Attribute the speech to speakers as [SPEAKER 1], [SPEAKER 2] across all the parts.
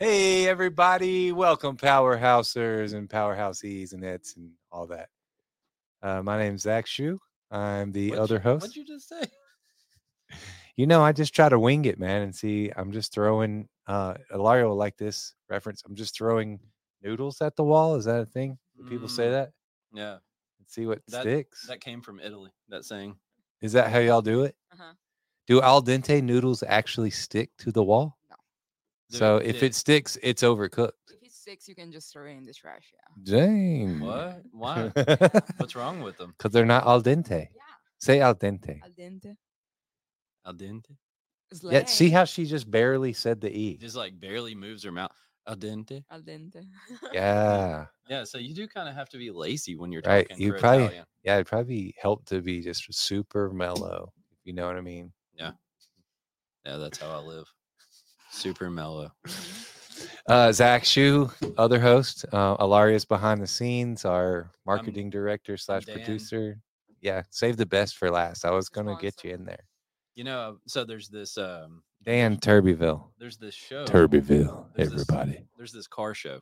[SPEAKER 1] Hey, everybody. Welcome, Powerhousers and Powerhousees and Ets and all that. Uh, my name's Zach Shu. I'm the
[SPEAKER 2] What'd
[SPEAKER 1] other
[SPEAKER 2] you-
[SPEAKER 1] host.
[SPEAKER 2] What'd you just say?
[SPEAKER 1] you know, I just try to wing it, man, and see. I'm just throwing uh Ilario will like this reference. I'm just throwing noodles at the wall. Is that a thing? Do people say
[SPEAKER 2] Mm,
[SPEAKER 1] that?
[SPEAKER 2] Yeah,
[SPEAKER 1] And see what
[SPEAKER 2] That-
[SPEAKER 1] sticks.
[SPEAKER 2] that came from Italy. That saying.
[SPEAKER 1] Is that how y'all do it?
[SPEAKER 3] Uh-huh.
[SPEAKER 1] Do al dente noodles actually stick to the wall?
[SPEAKER 3] No.
[SPEAKER 2] Dude,
[SPEAKER 1] so if
[SPEAKER 2] did-
[SPEAKER 1] it sticks, it's overcooked.
[SPEAKER 3] If it sticks, you can just throw it in the trash. Yeah.
[SPEAKER 1] Dang.
[SPEAKER 2] what? Why?
[SPEAKER 1] Because
[SPEAKER 2] What's wrong with them?
[SPEAKER 1] they're not al dente.
[SPEAKER 3] Yeah.
[SPEAKER 1] Say al dente.
[SPEAKER 3] Al dente.
[SPEAKER 2] Al dente.
[SPEAKER 1] Yeah, see
[SPEAKER 3] Slay.
[SPEAKER 1] how she just barely said the E.
[SPEAKER 2] Just like barely moves her mouth. Al dente.
[SPEAKER 3] Al dente.
[SPEAKER 2] E.
[SPEAKER 1] Yeah.
[SPEAKER 2] Yeah. So you do kind of have to be lazy when you're
[SPEAKER 1] Right,
[SPEAKER 2] talking.
[SPEAKER 1] you
[SPEAKER 2] for
[SPEAKER 1] probably-
[SPEAKER 2] Italian.
[SPEAKER 1] Yeah, it'd probably help to be just super mellow. if You know what I mean?
[SPEAKER 2] Yeah, that's how I live. Super mellow.
[SPEAKER 1] Uh, Zach Shu, other host, uh, Alarius behind the scenes, our marketing director slash
[SPEAKER 2] Dan.
[SPEAKER 1] producer. Yeah, save the best for last. I was
[SPEAKER 3] Just
[SPEAKER 1] gonna
[SPEAKER 3] one
[SPEAKER 1] get
[SPEAKER 3] second.
[SPEAKER 1] you in there.
[SPEAKER 2] You know. So there's this. Um.
[SPEAKER 1] Dan Turbyville.
[SPEAKER 2] There's this show.
[SPEAKER 1] Turbyville,
[SPEAKER 2] There's this- there's this car show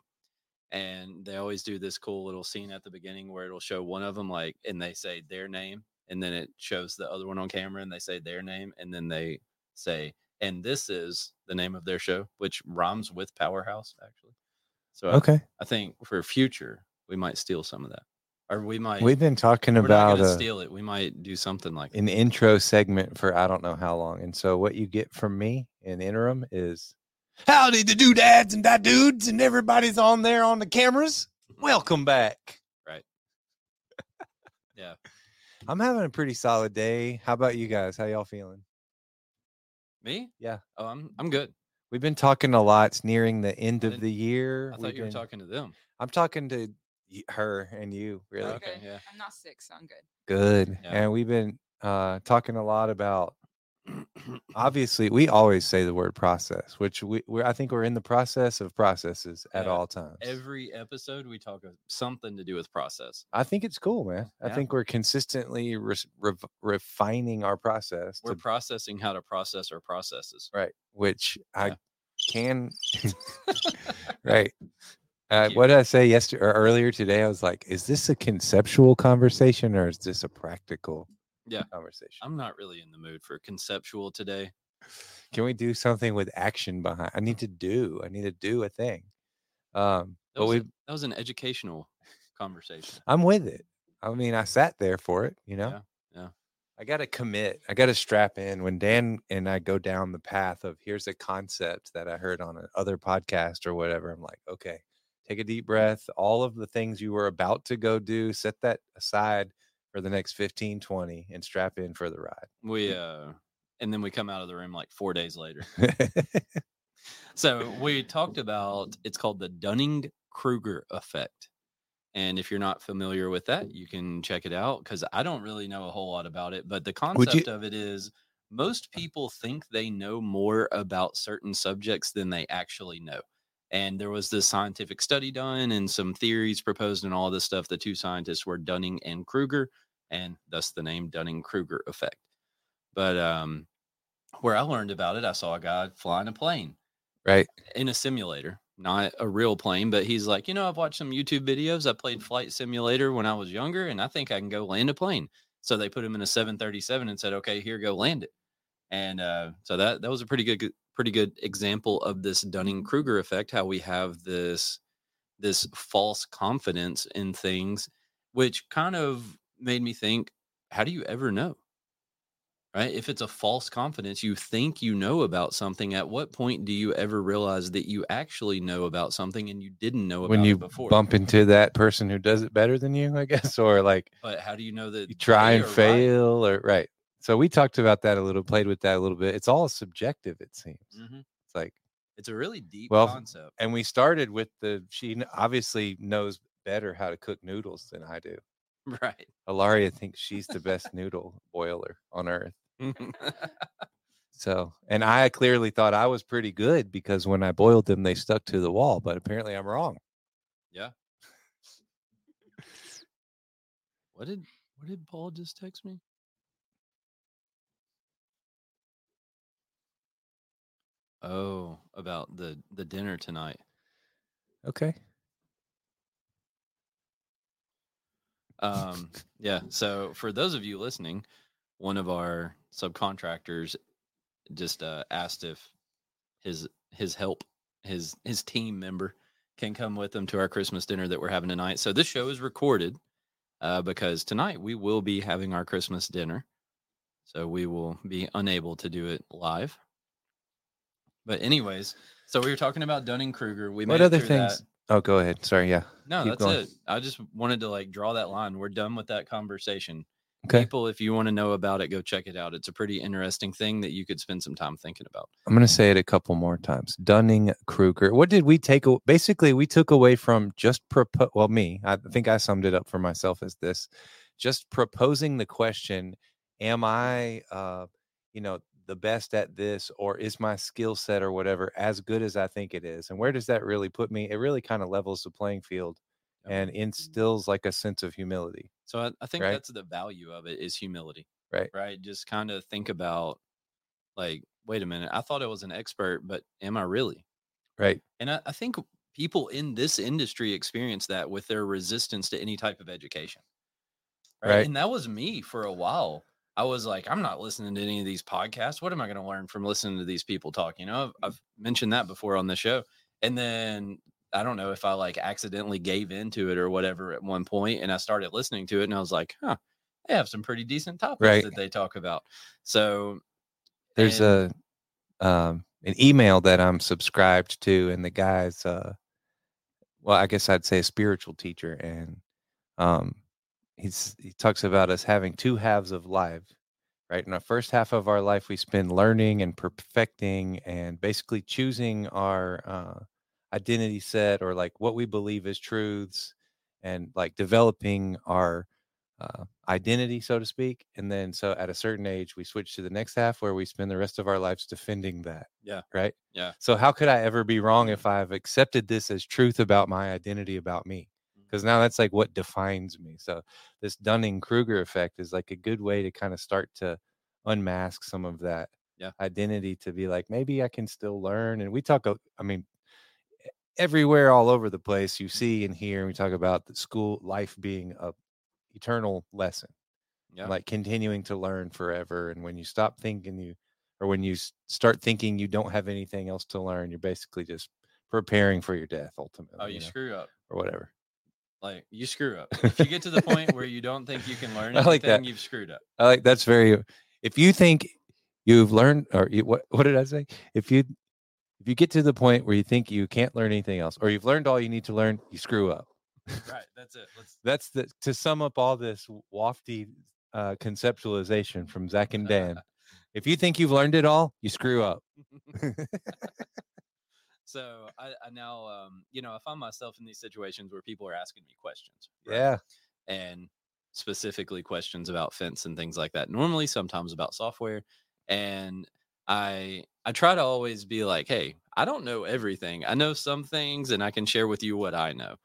[SPEAKER 2] and they always do this cool little scene at the beginning where it'll show one of them like and they say their name and then it shows the other one on camera and they say their name and then they say and this is the name of their show which rhymes with powerhouse actually so I-
[SPEAKER 1] Okay.
[SPEAKER 2] I, think for future we might steal some of that or we might
[SPEAKER 1] We've been talking
[SPEAKER 2] we're not
[SPEAKER 1] about
[SPEAKER 2] gonna
[SPEAKER 1] uh,
[SPEAKER 2] steal it we might do something like that.
[SPEAKER 1] an intro segment for I don't know how long. And so what you get from me in interim is howdy the doodads and dudes and everybody's on there on the cameras. Welcome back.
[SPEAKER 2] Right. Yeah.
[SPEAKER 1] I'm having a pretty solid day. How about you guys? How y'all feeling?
[SPEAKER 2] me
[SPEAKER 1] Yeah.
[SPEAKER 2] oh i'm i'm good
[SPEAKER 1] We've been talking a lot. It's nearing the end of
[SPEAKER 2] didn't-
[SPEAKER 1] the year.
[SPEAKER 2] i
[SPEAKER 1] We've
[SPEAKER 2] thought you were
[SPEAKER 1] been-
[SPEAKER 2] talking to them
[SPEAKER 1] I'm talking to y- her and you, really.
[SPEAKER 2] Okay, yeah.
[SPEAKER 3] I'm not sick, so I'm good.
[SPEAKER 1] Good.
[SPEAKER 2] Yeah.
[SPEAKER 1] And we've been uh, talking a lot about obviously we always say the word process which we we're, i think we're in the process of processes at
[SPEAKER 2] Yeah,
[SPEAKER 1] all times
[SPEAKER 2] every episode we talk of something to do with process.
[SPEAKER 1] i think it's cool man i
[SPEAKER 2] Yeah.
[SPEAKER 1] think we're consistently re- re- refining our process
[SPEAKER 2] We're
[SPEAKER 1] to,
[SPEAKER 2] processing how to process our processes.
[SPEAKER 1] right which i
[SPEAKER 2] Yeah.
[SPEAKER 1] can right uh,
[SPEAKER 2] you.
[SPEAKER 1] what did i say yesterday or earlier today i was like is this a conceptual conversation or is this a practical
[SPEAKER 2] Yeah.
[SPEAKER 1] conversation
[SPEAKER 2] I'm not really in the mood for conceptual today.
[SPEAKER 1] can we do something with action behind i need to do i need to do a thing um
[SPEAKER 2] That
[SPEAKER 1] but
[SPEAKER 2] was,
[SPEAKER 1] we
[SPEAKER 2] a- that was an educational conversation.
[SPEAKER 1] I'm with it. I mean, I sat there for it, you know?
[SPEAKER 2] yeah.
[SPEAKER 1] I got to commit. I got to strap in. When Dan and I go down the path of here's a concept that I heard on another podcast or whatever, I'm like, okay, take a deep breath. All of the things you were about to go do, set that aside for the next 15, 20 and strap in for the
[SPEAKER 2] We uh and then we come out of the room like 4 days later.
[SPEAKER 1] ride.
[SPEAKER 2] So we talked about it's called the Dunning-Kruger effect. And if you're not familiar with that, you can check it out cuz I don't really know a whole lot about it, but the
[SPEAKER 1] you-
[SPEAKER 2] concept of it is most people think they know more about certain subjects than they actually know. And there was this scientific study done and some theories proposed and all this stuff. The two scientists were Dunning and Kruger, and thus the name Dunning Kruger effect. But um, where I learned about it, I saw a guy flying a plane
[SPEAKER 1] right.
[SPEAKER 2] in a simulator, not a real plane, but he's like, you know, I've watched some YouTube videos. I played flight simulator when I was younger, and I think I can go land a plane. So they put him in a 737 and said, okay, here, go land it. And uh, so that that was a pretty good good- pretty good example of this Dunning Kruger effect, how we have this this false confidence in things, which kind of made me think, how do you ever know? right? If it's a false confidence, you think you know about something. At what point do you ever realize that you actually know about something and you didn't know about
[SPEAKER 1] When you
[SPEAKER 2] it before?
[SPEAKER 1] bump into that person who does it better than you, I guess, or like
[SPEAKER 2] but how do you know that
[SPEAKER 1] you try
[SPEAKER 2] they
[SPEAKER 1] and
[SPEAKER 2] are right?
[SPEAKER 1] fail or right. So we talked about that a little, played with that a little bit. It's all subjective, it seems.
[SPEAKER 2] Mhm.
[SPEAKER 1] It's like,
[SPEAKER 2] It's a really deep
[SPEAKER 1] Well,
[SPEAKER 2] concept.
[SPEAKER 1] and we started with the she kn- obviously knows better how to cook noodles than I do.
[SPEAKER 2] Right.
[SPEAKER 1] Alaria thinks she's the best noodle boiler on earth.
[SPEAKER 2] Mm-hmm.
[SPEAKER 1] So, and I clearly thought I was pretty good because when I boiled them, they stuck to the wall, but apparently I'm wrong.
[SPEAKER 2] what did what did Paul just text me? Oh, about the the dinner tonight.
[SPEAKER 1] Okay.
[SPEAKER 2] Um, yeah. So for those of you listening, one of our subcontractors just uh, asked if his his help his his team member can come with them to our Christmas dinner that we're having tonight. So this show is recorded uh, because tonight we will be having our Christmas dinner. So we will be unable to do it live. But anyways, so we were talking about Dunning Kruger. We
[SPEAKER 1] what
[SPEAKER 2] made it
[SPEAKER 1] other
[SPEAKER 2] through that.
[SPEAKER 1] things? Oh, go ahead. Sorry. Yeah.
[SPEAKER 2] No,
[SPEAKER 1] Keep
[SPEAKER 2] that's
[SPEAKER 1] going.
[SPEAKER 2] it. I just wanted to like draw that line. We're done with that conversation.
[SPEAKER 1] Okay.
[SPEAKER 2] People, if you want to know about it, go check it out. It's a pretty interesting thing that you could spend some time thinking about.
[SPEAKER 1] I'm going to say it a couple more times. Dunning Kruger. What did we take? aw- Basically, we took away from just propose. Well, me, I think I summed it up for myself as this just proposing the question Am I, uh, you know, the best at this, or is my skill set or whatever as good as I think it is? And where does that really put me? It really kind of levels the playing field
[SPEAKER 2] Yep.
[SPEAKER 1] and instills like a sense of humility.
[SPEAKER 2] So I, I think
[SPEAKER 1] Right.
[SPEAKER 2] that's the value of it is humility.
[SPEAKER 1] Right.
[SPEAKER 2] Right. Just kind of think about like, wait a minute, I thought I was an expert, but am I really?
[SPEAKER 1] Right.
[SPEAKER 2] And I, I think people in this industry experience that with their resistance to any type of education.
[SPEAKER 1] Right.
[SPEAKER 2] And that was me for a while. I was like, I'm not listening to any of these podcasts. What am I going to learn from listening to these people talk? You
[SPEAKER 1] Mm.
[SPEAKER 2] know, I've, I've mentioned that before on the show. And then I don't know if I like accidentally gave into it or whatever at one point and I started listening to it and I was like, huh, they have some pretty decent topics
[SPEAKER 1] Right.
[SPEAKER 2] that they talk about. So
[SPEAKER 1] there's
[SPEAKER 2] and-
[SPEAKER 1] a um an email that I'm subscribed to, and the guy's uh, well, I guess I'd say a spiritual teacher, and um, he's he talks about us having two halves of life, right? In our first half of our life, we spend learning and perfecting, and basically choosing our uh, identity set or like what we believe is truths, and like developing our uh, identity, so to speak. And then so at a certain age, we switch to the next half where we spend the rest of our lives defending that.
[SPEAKER 2] Yeah.
[SPEAKER 1] Right.
[SPEAKER 2] Yeah.
[SPEAKER 1] So how could I ever be wrong if I've accepted this as truth about my identity about me?
[SPEAKER 2] Mm.
[SPEAKER 1] Because now that's like what defines me. So this Dunning Kruger effect is like a good way to kind of start to unmask some of that
[SPEAKER 2] Yeah.
[SPEAKER 1] identity to be like, maybe I can still learn. And we talk, a- I mean, e- everywhere all over the place
[SPEAKER 2] Mm.
[SPEAKER 1] you see and hear, we talk about the school life being a eternal lesson
[SPEAKER 2] yeah,
[SPEAKER 1] like continuing to learn forever. And when you stop thinking you, or when you s- start thinking you don't have anything else to learn, you're basically just preparing for your death ultimately.
[SPEAKER 2] oh, you
[SPEAKER 1] know,
[SPEAKER 2] screw up.
[SPEAKER 1] or whatever.
[SPEAKER 2] Like you screw up. If you get to the point where you don't think you can learn
[SPEAKER 1] I
[SPEAKER 2] anything,
[SPEAKER 1] like that.
[SPEAKER 2] you've screwed up.
[SPEAKER 1] I like that's very. uh, If you think you've learned, or you, what what did I say? If you if you get to the point where you think you can't learn anything else, or you've learned all you need to learn, you screw up.
[SPEAKER 2] Right. That's it. Let's
[SPEAKER 1] That's the to sum up all this wafty uh, conceptualization from Zach and Dan. if you think you've learned it all, you screw up.
[SPEAKER 2] So I, I now, um, you know, I find myself in these situations where people are asking me questions. right?
[SPEAKER 1] Yeah.
[SPEAKER 2] And specifically questions about fence and things like that. Normally, sometimes about software. And I, I try to always be like, hey, I don't know everything. I know some things and I can share with you what I know.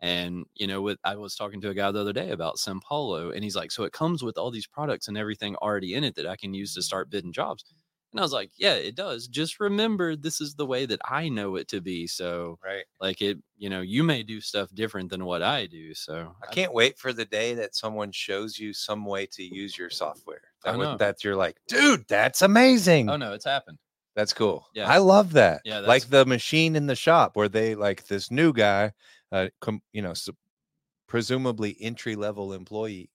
[SPEAKER 2] And, you know, with, I was talking to a guy the other day about Simpolo and he's like, so it comes with all these products and everything already in it that I can use to start bidding jobs. And I was like, yeah, it does. Just remember this is the way that I know it to be. So
[SPEAKER 1] Right.
[SPEAKER 2] like it, you know, you may do stuff different than what I do. So
[SPEAKER 1] I can't wait for the day that someone shows you some way to use your software.
[SPEAKER 2] I
[SPEAKER 1] That
[SPEAKER 2] know.
[SPEAKER 1] would, that's you're like, dude, that's amazing.
[SPEAKER 2] Oh no, it's happened.
[SPEAKER 1] That's cool.
[SPEAKER 2] Yeah.
[SPEAKER 1] I love that.
[SPEAKER 2] Yeah,
[SPEAKER 1] like
[SPEAKER 2] that's-
[SPEAKER 1] the machine in the shop where they like this new guy, uh, com- you know, sup- presumably entry level employee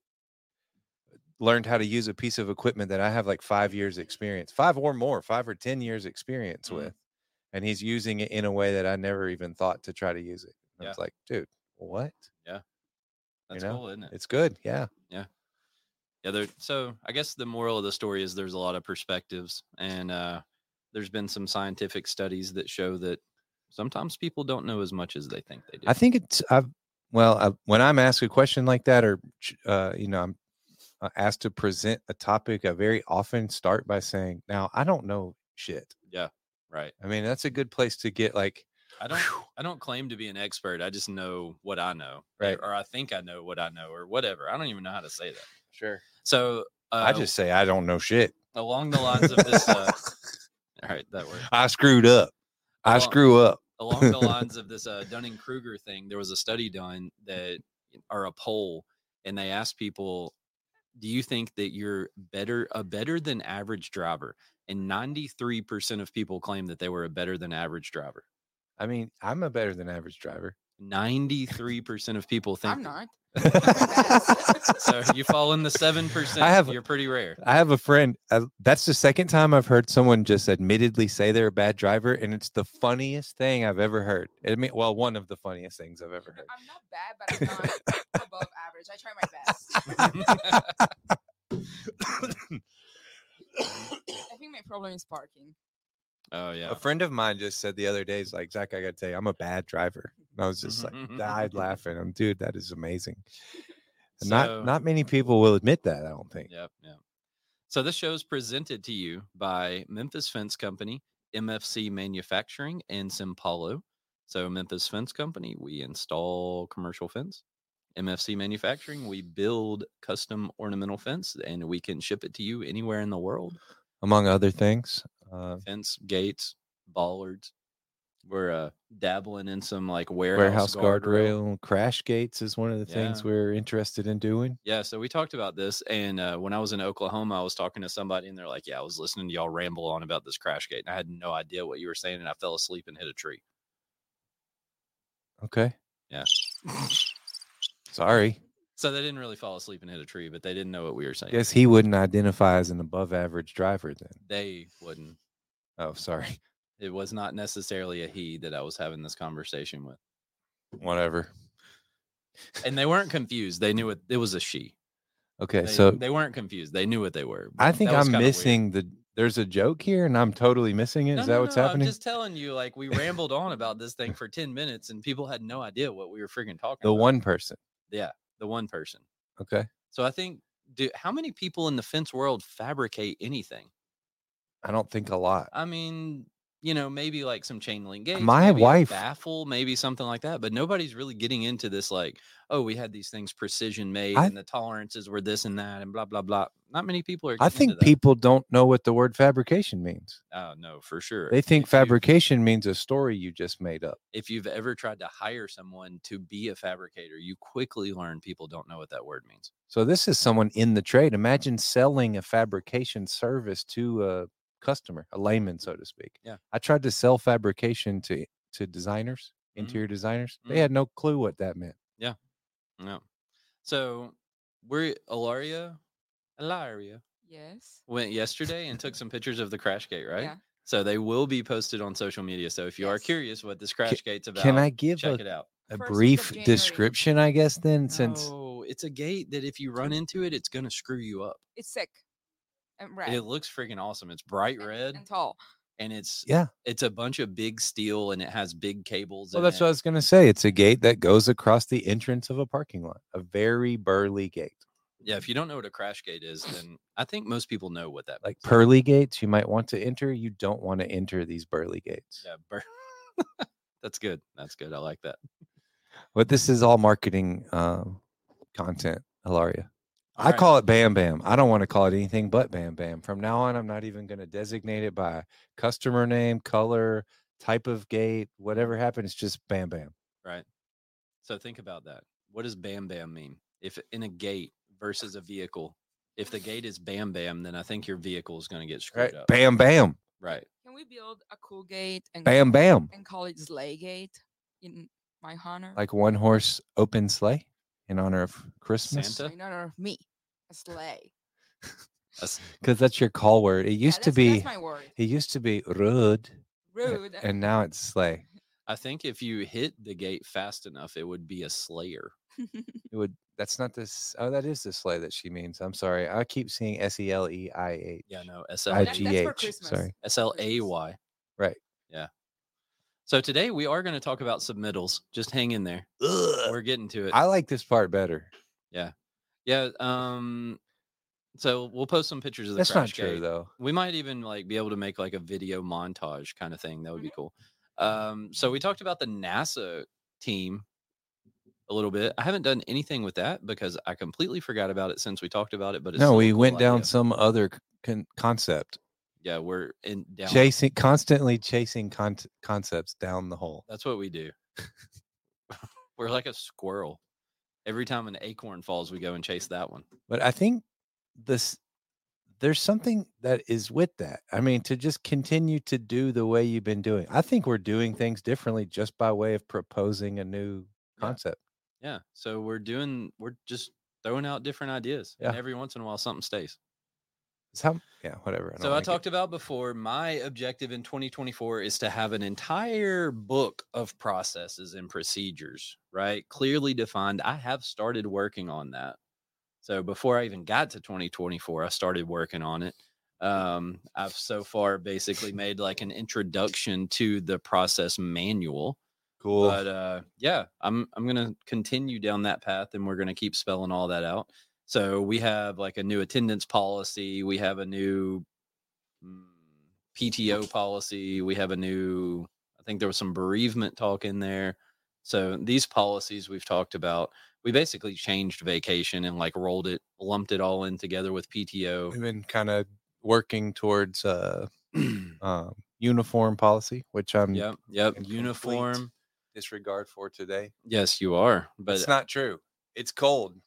[SPEAKER 1] learned how to use a piece of equipment that I have like five years experience, five or more, five or 10 years experience
[SPEAKER 2] Mhm.
[SPEAKER 1] with. And he's using it in a way that I never even thought to try to use it. And
[SPEAKER 2] Yeah.
[SPEAKER 1] I was like, dude, what?
[SPEAKER 2] That's
[SPEAKER 1] know,
[SPEAKER 2] cool, isn't it?
[SPEAKER 1] It's good. Yeah.
[SPEAKER 2] Yeah. There, so I guess the moral of the story is there's a lot of perspectives and uh, there's been some scientific studies that show that sometimes people don't know as much as they think they do.
[SPEAKER 1] I think it's I've well I, when I'm asked a question like that or ch- uh, you know I'm uh, asked to present a topic, I very often start by saying, "Now I don't know shit."
[SPEAKER 2] right.
[SPEAKER 1] I mean that's a good place to get like
[SPEAKER 2] I don't,
[SPEAKER 1] "Phew,
[SPEAKER 2] I don't claim to be an expert. I just know what I know.
[SPEAKER 1] Right.
[SPEAKER 2] Or I think I know what I know or whatever. I don't even know how to say that.
[SPEAKER 1] sure.
[SPEAKER 2] So uh,
[SPEAKER 1] I just say I don't know shit.
[SPEAKER 2] along the lines of this uh, All right, that worked.
[SPEAKER 1] I screwed up. I
[SPEAKER 2] Well,
[SPEAKER 1] screw up.
[SPEAKER 2] along the lines of this uh, Dunning Kruger thing, there was a study done that, or a poll, and they asked people, "Do you think that you're better a better than average driver?" And ninety three percent of people claim that they were a better than average driver.
[SPEAKER 1] I mean, I'm a better than average driver.
[SPEAKER 2] Ninety three percent of people think.
[SPEAKER 3] I'm not.
[SPEAKER 2] So you fall in the seven percent.
[SPEAKER 1] I have-
[SPEAKER 2] You're pretty rare.
[SPEAKER 1] I have a friend. Uh, that's the second time I've heard someone just admittedly say they're a bad driver, and it's the funniest thing I've ever heard. I mean, well, one of the funniest things I've ever heard.
[SPEAKER 3] I'm not bad, but I'm not above average. I try my best. I think my problem is parking.
[SPEAKER 2] oh yeah.
[SPEAKER 1] A friend of mine just said the other day, "Is like Zach, I gotta tell you, I'm a bad driver." And I was just
[SPEAKER 2] Mm-hmm,
[SPEAKER 1] like, died laughing. I'm, dude, that is amazing. And
[SPEAKER 2] So-
[SPEAKER 1] not not many people will admit that. I don't think.
[SPEAKER 2] Yep, yep. So this show is presented to you by Memphis Fence Company, MFC Manufacturing, and Simpalo. So Memphis Fence Company, we install commercial fence. MFC Manufacturing, we build custom ornamental fence, and we can ship it to you anywhere in the world.
[SPEAKER 1] Among other things, uh,
[SPEAKER 2] Fence, gates, bollards. We're uh, dabbling in some like
[SPEAKER 1] warehouse
[SPEAKER 2] warehouse, guardrail.
[SPEAKER 1] guardrail, crash gates is one of the things
[SPEAKER 2] Yeah.
[SPEAKER 1] we're interested in doing.
[SPEAKER 2] Yeah, so we talked about this, and uh, when I was in Oklahoma, I was talking to somebody, and they're like, "Yeah, I was listening to y'all ramble on about this crash gate, and I had no idea what you were saying, and I fell asleep and hit a tree."
[SPEAKER 1] Okay,
[SPEAKER 2] Yeah.
[SPEAKER 1] sorry.
[SPEAKER 2] So they didn't really fall asleep and hit a tree, but they didn't know what we were saying.
[SPEAKER 1] Guess he wouldn't identify as an above average driver then.
[SPEAKER 2] they wouldn't.
[SPEAKER 1] Oh, sorry.
[SPEAKER 2] It was not necessarily a he that I was having this conversation with,
[SPEAKER 1] Whatever.
[SPEAKER 2] and they weren't confused. They knew it. It was a she.
[SPEAKER 1] Okay,
[SPEAKER 2] They,
[SPEAKER 1] so
[SPEAKER 2] they weren't confused. They knew what they were.
[SPEAKER 1] I
[SPEAKER 2] That
[SPEAKER 1] think
[SPEAKER 2] was
[SPEAKER 1] I'm
[SPEAKER 2] kinda weird.
[SPEAKER 1] missing the. There's a joke here, and I'm totally missing it. Is that
[SPEAKER 2] No, no,
[SPEAKER 1] what's
[SPEAKER 2] no,
[SPEAKER 1] happening?
[SPEAKER 2] I'm just telling you, like we rambled on about this thing for ten minutes, and people had no idea what we were freaking talking.
[SPEAKER 1] The
[SPEAKER 2] about.
[SPEAKER 1] one person.
[SPEAKER 2] the one person.
[SPEAKER 1] Okay,
[SPEAKER 2] So I think, do how many people in the fence world fabricate anything?
[SPEAKER 1] I don't think a lot.
[SPEAKER 2] I mean, you know, maybe like some chain link gates,
[SPEAKER 1] My
[SPEAKER 2] maybe a
[SPEAKER 1] wife-
[SPEAKER 2] baffle, maybe something like that. But nobody's really getting into this. Like, oh, we had these things precision made,
[SPEAKER 1] I-
[SPEAKER 2] and the tolerances were this and that, and blah blah blah. Not many people are.
[SPEAKER 1] I
[SPEAKER 2] getting into
[SPEAKER 1] think
[SPEAKER 2] that.
[SPEAKER 1] people don't know what the word fabrication means.
[SPEAKER 2] Oh no, for sure.
[SPEAKER 1] They think
[SPEAKER 2] If you've-
[SPEAKER 1] fabrication means a story you just made up.
[SPEAKER 2] If you've ever tried to hire someone to be a fabricator, you quickly learn people don't know what that word means.
[SPEAKER 1] So this is someone in the trade. Imagine selling a fabrication service to a customer, a layman, so to speak.
[SPEAKER 2] Yeah.
[SPEAKER 1] I tried to sell fabrication to to designers,
[SPEAKER 2] Mhm.
[SPEAKER 1] interior designers.
[SPEAKER 2] Mhm.
[SPEAKER 1] They had no clue what that meant.
[SPEAKER 2] No. So we're Ilaria. Ilaria.
[SPEAKER 3] Yes.
[SPEAKER 2] went yesterday and took some pictures of the crash gate, right?
[SPEAKER 3] Yeah.
[SPEAKER 2] So they will be posted on social media. So if you are
[SPEAKER 3] Yes.
[SPEAKER 2] curious what this crash gate's about,
[SPEAKER 1] Can I give
[SPEAKER 2] check
[SPEAKER 1] a,
[SPEAKER 2] it out?
[SPEAKER 1] a
[SPEAKER 3] First week of
[SPEAKER 1] brief
[SPEAKER 3] January.
[SPEAKER 1] description, I guess, then since
[SPEAKER 2] no, it's a gate that if you run into it, it's gonna screw you up.
[SPEAKER 3] It's sick. And red.
[SPEAKER 2] It looks freaking awesome. It's bright
[SPEAKER 3] and-
[SPEAKER 2] red
[SPEAKER 3] And tall.
[SPEAKER 2] and it's
[SPEAKER 1] Yeah.
[SPEAKER 2] it's a bunch of big steel and it has big cables.
[SPEAKER 1] well,
[SPEAKER 2] in
[SPEAKER 1] that's
[SPEAKER 2] it.
[SPEAKER 1] what I was gonna say. It's a gate that goes across the entrance of a parking lot. A very burly gate.
[SPEAKER 2] yeah. If you don't know what a crash gate is, then I think most people know what that
[SPEAKER 1] like
[SPEAKER 2] means.
[SPEAKER 1] pearly gates you might want to enter you don't want to enter these burly gates
[SPEAKER 2] Yeah, bur- that's good. That's good. I like that.
[SPEAKER 1] but this is all marketing um, content hilaria i
[SPEAKER 2] Alright.
[SPEAKER 1] call it bam bam i don't want to call it anything but bam bam from now on i'm not even going to designate it by customer name color type of gate whatever happens just bam bam
[SPEAKER 2] Right. So think about that. What does bam bam mean? If in a gate versus a vehicle, if the gate is bam bam, then I think your vehicle is going to get screwed
[SPEAKER 1] right
[SPEAKER 2] up.
[SPEAKER 1] bam bam
[SPEAKER 2] Right.
[SPEAKER 3] Can we build a cool gate and
[SPEAKER 1] bam bam
[SPEAKER 3] and call it Slay Gate in my honor?
[SPEAKER 1] like one horse open sleigh in honor of christmas
[SPEAKER 2] Santa?
[SPEAKER 3] in honor of me, a sleigh.
[SPEAKER 1] because that's your call word it
[SPEAKER 3] Yeah,
[SPEAKER 1] used to
[SPEAKER 3] that's-
[SPEAKER 1] be
[SPEAKER 3] That's my word.
[SPEAKER 1] it used to be rude
[SPEAKER 3] Rude.
[SPEAKER 1] and now it's sleigh
[SPEAKER 2] I think if you hit the gate fast enough, it would be a slayer.
[SPEAKER 1] It would. That's not this. Oh, that is the sleigh that she means. I'm sorry. I keep seeing S E L E I H.
[SPEAKER 2] Yeah, no,
[SPEAKER 1] I
[SPEAKER 3] That- that's
[SPEAKER 1] G
[SPEAKER 2] SLA.
[SPEAKER 3] for
[SPEAKER 1] H.
[SPEAKER 3] Christmas.
[SPEAKER 1] Sorry.
[SPEAKER 2] SLAY.
[SPEAKER 1] Right.
[SPEAKER 2] Yeah. So today we are going to talk about submittals. Just hang in there. We're getting to it.
[SPEAKER 1] I like this part better.
[SPEAKER 2] yeah. Um. So we'll post some pictures of the
[SPEAKER 1] That's not
[SPEAKER 2] crash
[SPEAKER 1] true
[SPEAKER 2] gate.
[SPEAKER 1] though.
[SPEAKER 2] we might even like be able to make like a video montage kind of thing that
[SPEAKER 1] Mm-hmm.
[SPEAKER 2] would be cool um so we talked about the nasa team a little bit i haven't done anything with that because i completely forgot about it since we talked about it but it's
[SPEAKER 1] No,
[SPEAKER 2] still a
[SPEAKER 1] we
[SPEAKER 2] cool
[SPEAKER 1] went down
[SPEAKER 2] idea.
[SPEAKER 1] some other c- con- concept.
[SPEAKER 2] yeah, we're in down.
[SPEAKER 1] chasing constantly chasing con- concepts down the hole.
[SPEAKER 2] That's what we do. we're like a squirrel. Every time an acorn falls, we go and chase that one.
[SPEAKER 1] But I think this there's something that is with that. I mean, to just continue to do the way you've been doing. I think we're doing things differently just by way of proposing a new
[SPEAKER 2] Yeah.
[SPEAKER 1] concept.
[SPEAKER 2] Yeah. So we're doing, we're just throwing out different ideas. And
[SPEAKER 1] Yeah.
[SPEAKER 2] every once in a while, something stays.
[SPEAKER 1] It's how yeah, whatever. don't
[SPEAKER 2] So I
[SPEAKER 1] like it.
[SPEAKER 2] talked about before, my objective in 2024 is to have an entire book of processes and procedures, right? Clearly defined. I have started working on that. So before I even got to 2024, I started working on it. Um, I've so far basically made like an introduction to the process manual.
[SPEAKER 1] cool.
[SPEAKER 2] But uh, yeah, I'm I'm gonna continue down that path, and we're gonna keep spelling all that out. So we have like a new attendance policy. We have a new mm, PTO policy. We have a new. I think there was some bereavement talk in there. So these policies we've talked about. We basically changed vacation and like rolled it, lumped it all in together with PTO.
[SPEAKER 1] We've been kind of working towards uh, um, uniform policy, which I'm
[SPEAKER 2] yep, yep.
[SPEAKER 1] and complete.
[SPEAKER 2] Uniform.
[SPEAKER 1] disregard for today.
[SPEAKER 2] Yes, you are. But
[SPEAKER 1] it's not true. It's cold.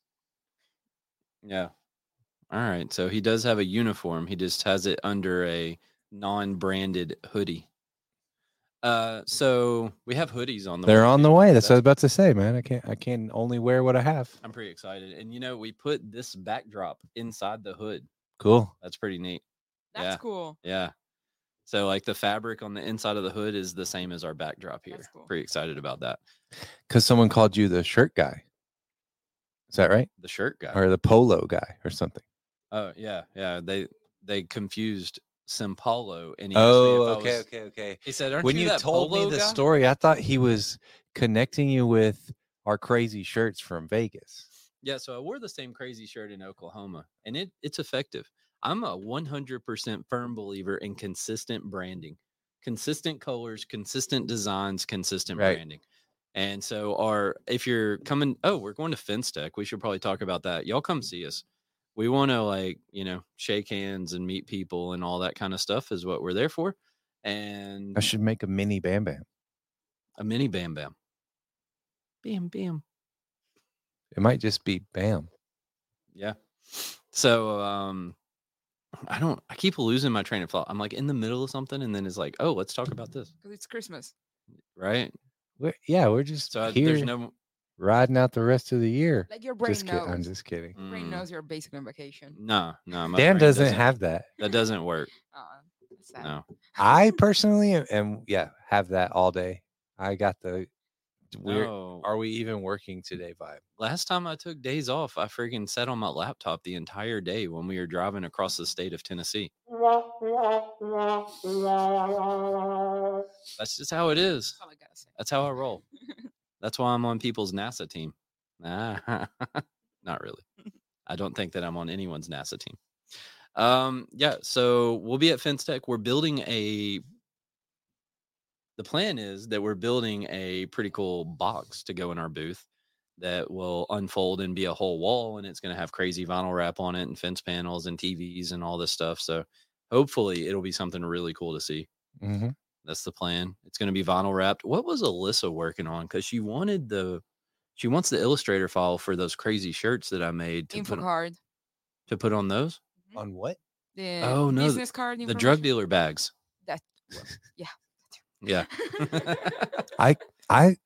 [SPEAKER 2] Yeah. All right. So he does have a uniform. He just has it under a non-branded hoodie. Uh, so we have hoodies on the.
[SPEAKER 1] They're on the
[SPEAKER 2] now.
[SPEAKER 1] way. That's what I was about to say, man. I can't. I can only wear what I have.
[SPEAKER 2] I'm pretty excited, and you know we put this backdrop inside the hood.
[SPEAKER 1] Cool.
[SPEAKER 2] That's pretty neat.
[SPEAKER 3] That's
[SPEAKER 2] Yeah.
[SPEAKER 3] cool.
[SPEAKER 2] Yeah. So like the fabric on the inside of the hood is the same as our backdrop here.
[SPEAKER 3] That's cool.
[SPEAKER 2] Pretty excited about that.
[SPEAKER 1] Because someone called you the shirt guy. Is that right?
[SPEAKER 2] The shirt guy.
[SPEAKER 1] Or the polo guy or something?
[SPEAKER 2] Oh yeah, yeah. They they confused Simpalo and he asked me
[SPEAKER 1] Oh,
[SPEAKER 2] if I
[SPEAKER 1] okay,
[SPEAKER 2] was-
[SPEAKER 1] okay, okay.
[SPEAKER 2] He said, "Aren't
[SPEAKER 1] when
[SPEAKER 2] you,
[SPEAKER 1] you,
[SPEAKER 2] that
[SPEAKER 1] told me
[SPEAKER 2] polo
[SPEAKER 1] the
[SPEAKER 2] guy?"
[SPEAKER 1] story, I thought he was connecting you with our crazy shirts from Vegas.
[SPEAKER 2] Yeah, so I wore the same crazy shirt in Oklahoma, and it it's effective. I'm a 100% firm believer in consistent branding, consistent colors, consistent designs, consistent
[SPEAKER 1] Right.
[SPEAKER 2] branding. And so, our if you're coming, oh, we're going to FinStech. We should probably talk about that. Y'all come see us. We want to like you know shake hands and meet people and all that kind of stuff is what we're there for. And
[SPEAKER 1] I should make a mini Bam Bam.
[SPEAKER 2] a mini Bam Bam, Bam Bam.
[SPEAKER 1] It might just be Bam.
[SPEAKER 2] Yeah. So um I don't I keep losing my train of thought. I'm like in the middle of something and then it's like, "Oh, let's talk about this."
[SPEAKER 3] 'Cause it's Christmas.
[SPEAKER 2] Right?
[SPEAKER 1] We're, yeah, we're just
[SPEAKER 2] So I,
[SPEAKER 1] here
[SPEAKER 2] there's no
[SPEAKER 1] riding out the rest of the year.
[SPEAKER 3] Like your brain
[SPEAKER 1] just kidding. I'm
[SPEAKER 3] knows.
[SPEAKER 1] just kidding.
[SPEAKER 3] Your brain
[SPEAKER 2] Mm,
[SPEAKER 3] knows you're basic on vacation.
[SPEAKER 2] No, no. my
[SPEAKER 1] Dan
[SPEAKER 2] brain
[SPEAKER 1] doesn't, have that.
[SPEAKER 2] That doesn't work.
[SPEAKER 3] Uh, that's sad.
[SPEAKER 2] No.
[SPEAKER 1] I personally am, am- yeah, have that all day. I got the we're
[SPEAKER 2] No.
[SPEAKER 1] are we even working today vibe.
[SPEAKER 2] Last time I took days off, I freaking sat on my laptop the entire day when we were driving across the state of Tennessee. That's just how it is.
[SPEAKER 3] That's all I gotta say.
[SPEAKER 2] That's how I roll. That's why I'm on people's NASA team. Nah, not really. I don't think that I'm on anyone's NASA team. Um, yeah, so we'll be at FinStech. We're building a. The plan is that we're building a pretty cool box to go in our booth that will unfold and be a whole wall, and it's going to have crazy vinyl wrap on it, and fence panels, and TVs, and all this stuff. So hopefully, it'll be something really cool to see.
[SPEAKER 1] Mm-hmm.
[SPEAKER 2] That's the plan. It's going to be vinyl wrapped. What was Alyssa working on? Because she wanted the, she wants the illustrator file for those crazy shirts that I made to
[SPEAKER 3] Info
[SPEAKER 2] put on,
[SPEAKER 3] card. Mm-hmm.
[SPEAKER 2] to put on those
[SPEAKER 1] On what?
[SPEAKER 3] The
[SPEAKER 2] Oh, no, the-
[SPEAKER 3] Business card.
[SPEAKER 2] the drug
[SPEAKER 3] information.
[SPEAKER 2] dealer bags.
[SPEAKER 3] That. well, Yeah.
[SPEAKER 2] Yeah,
[SPEAKER 1] I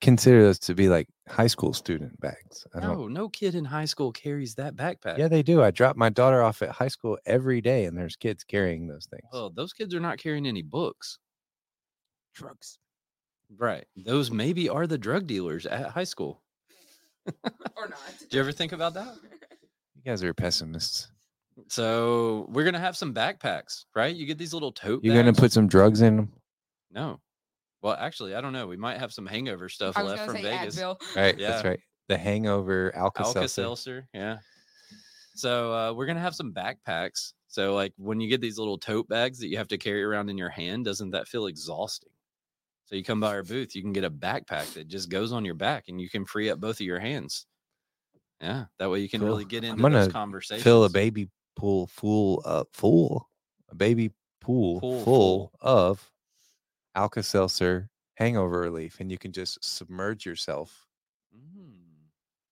[SPEAKER 1] consider those to be like high school student bags. I
[SPEAKER 3] Oh.
[SPEAKER 1] don't,
[SPEAKER 2] no, no kid in high school carries that backpack.
[SPEAKER 1] Yeah, they do. I drop my daughter off at high school every day, and there's kids carrying those things.
[SPEAKER 2] Well, Oh, those kids are not carrying any books.
[SPEAKER 3] Drugs.
[SPEAKER 2] Right. Those maybe are the drug dealers at high school.
[SPEAKER 3] Or not.
[SPEAKER 2] Did you ever think about that?
[SPEAKER 1] you guys are pessimists.
[SPEAKER 2] So we're gonna have some backpacks, right? You get these little tote.
[SPEAKER 1] You're gonna
[SPEAKER 2] bags.
[SPEAKER 1] put some drugs in them,
[SPEAKER 2] no. Well, actually, I don't know. We might have some hangover stuff
[SPEAKER 3] I was
[SPEAKER 2] left
[SPEAKER 3] gonna
[SPEAKER 2] from
[SPEAKER 3] say
[SPEAKER 2] Vegas.
[SPEAKER 3] Advil.
[SPEAKER 1] right? That's
[SPEAKER 2] Yeah.
[SPEAKER 1] right. The hangover, Alka
[SPEAKER 2] Alka
[SPEAKER 1] Seltzer.
[SPEAKER 2] Seltzer. Yeah. So uh, we're gonna have some backpacks. So like when you get these little tote bags that you have to carry around in your hand, doesn't that feel exhausting? So you come by our booth, you can get a backpack that just goes on your back, and you can free up both of your hands. Yeah, that way you can really
[SPEAKER 1] Cool.
[SPEAKER 2] get
[SPEAKER 1] I'm
[SPEAKER 2] into those
[SPEAKER 1] gonna
[SPEAKER 2] conversations.
[SPEAKER 1] Fill a baby pool full, uh, full, a baby pool, full
[SPEAKER 2] Pool full.
[SPEAKER 1] of Alka Seltzer hangover relief, and you can just submerge yourself.
[SPEAKER 2] Mm.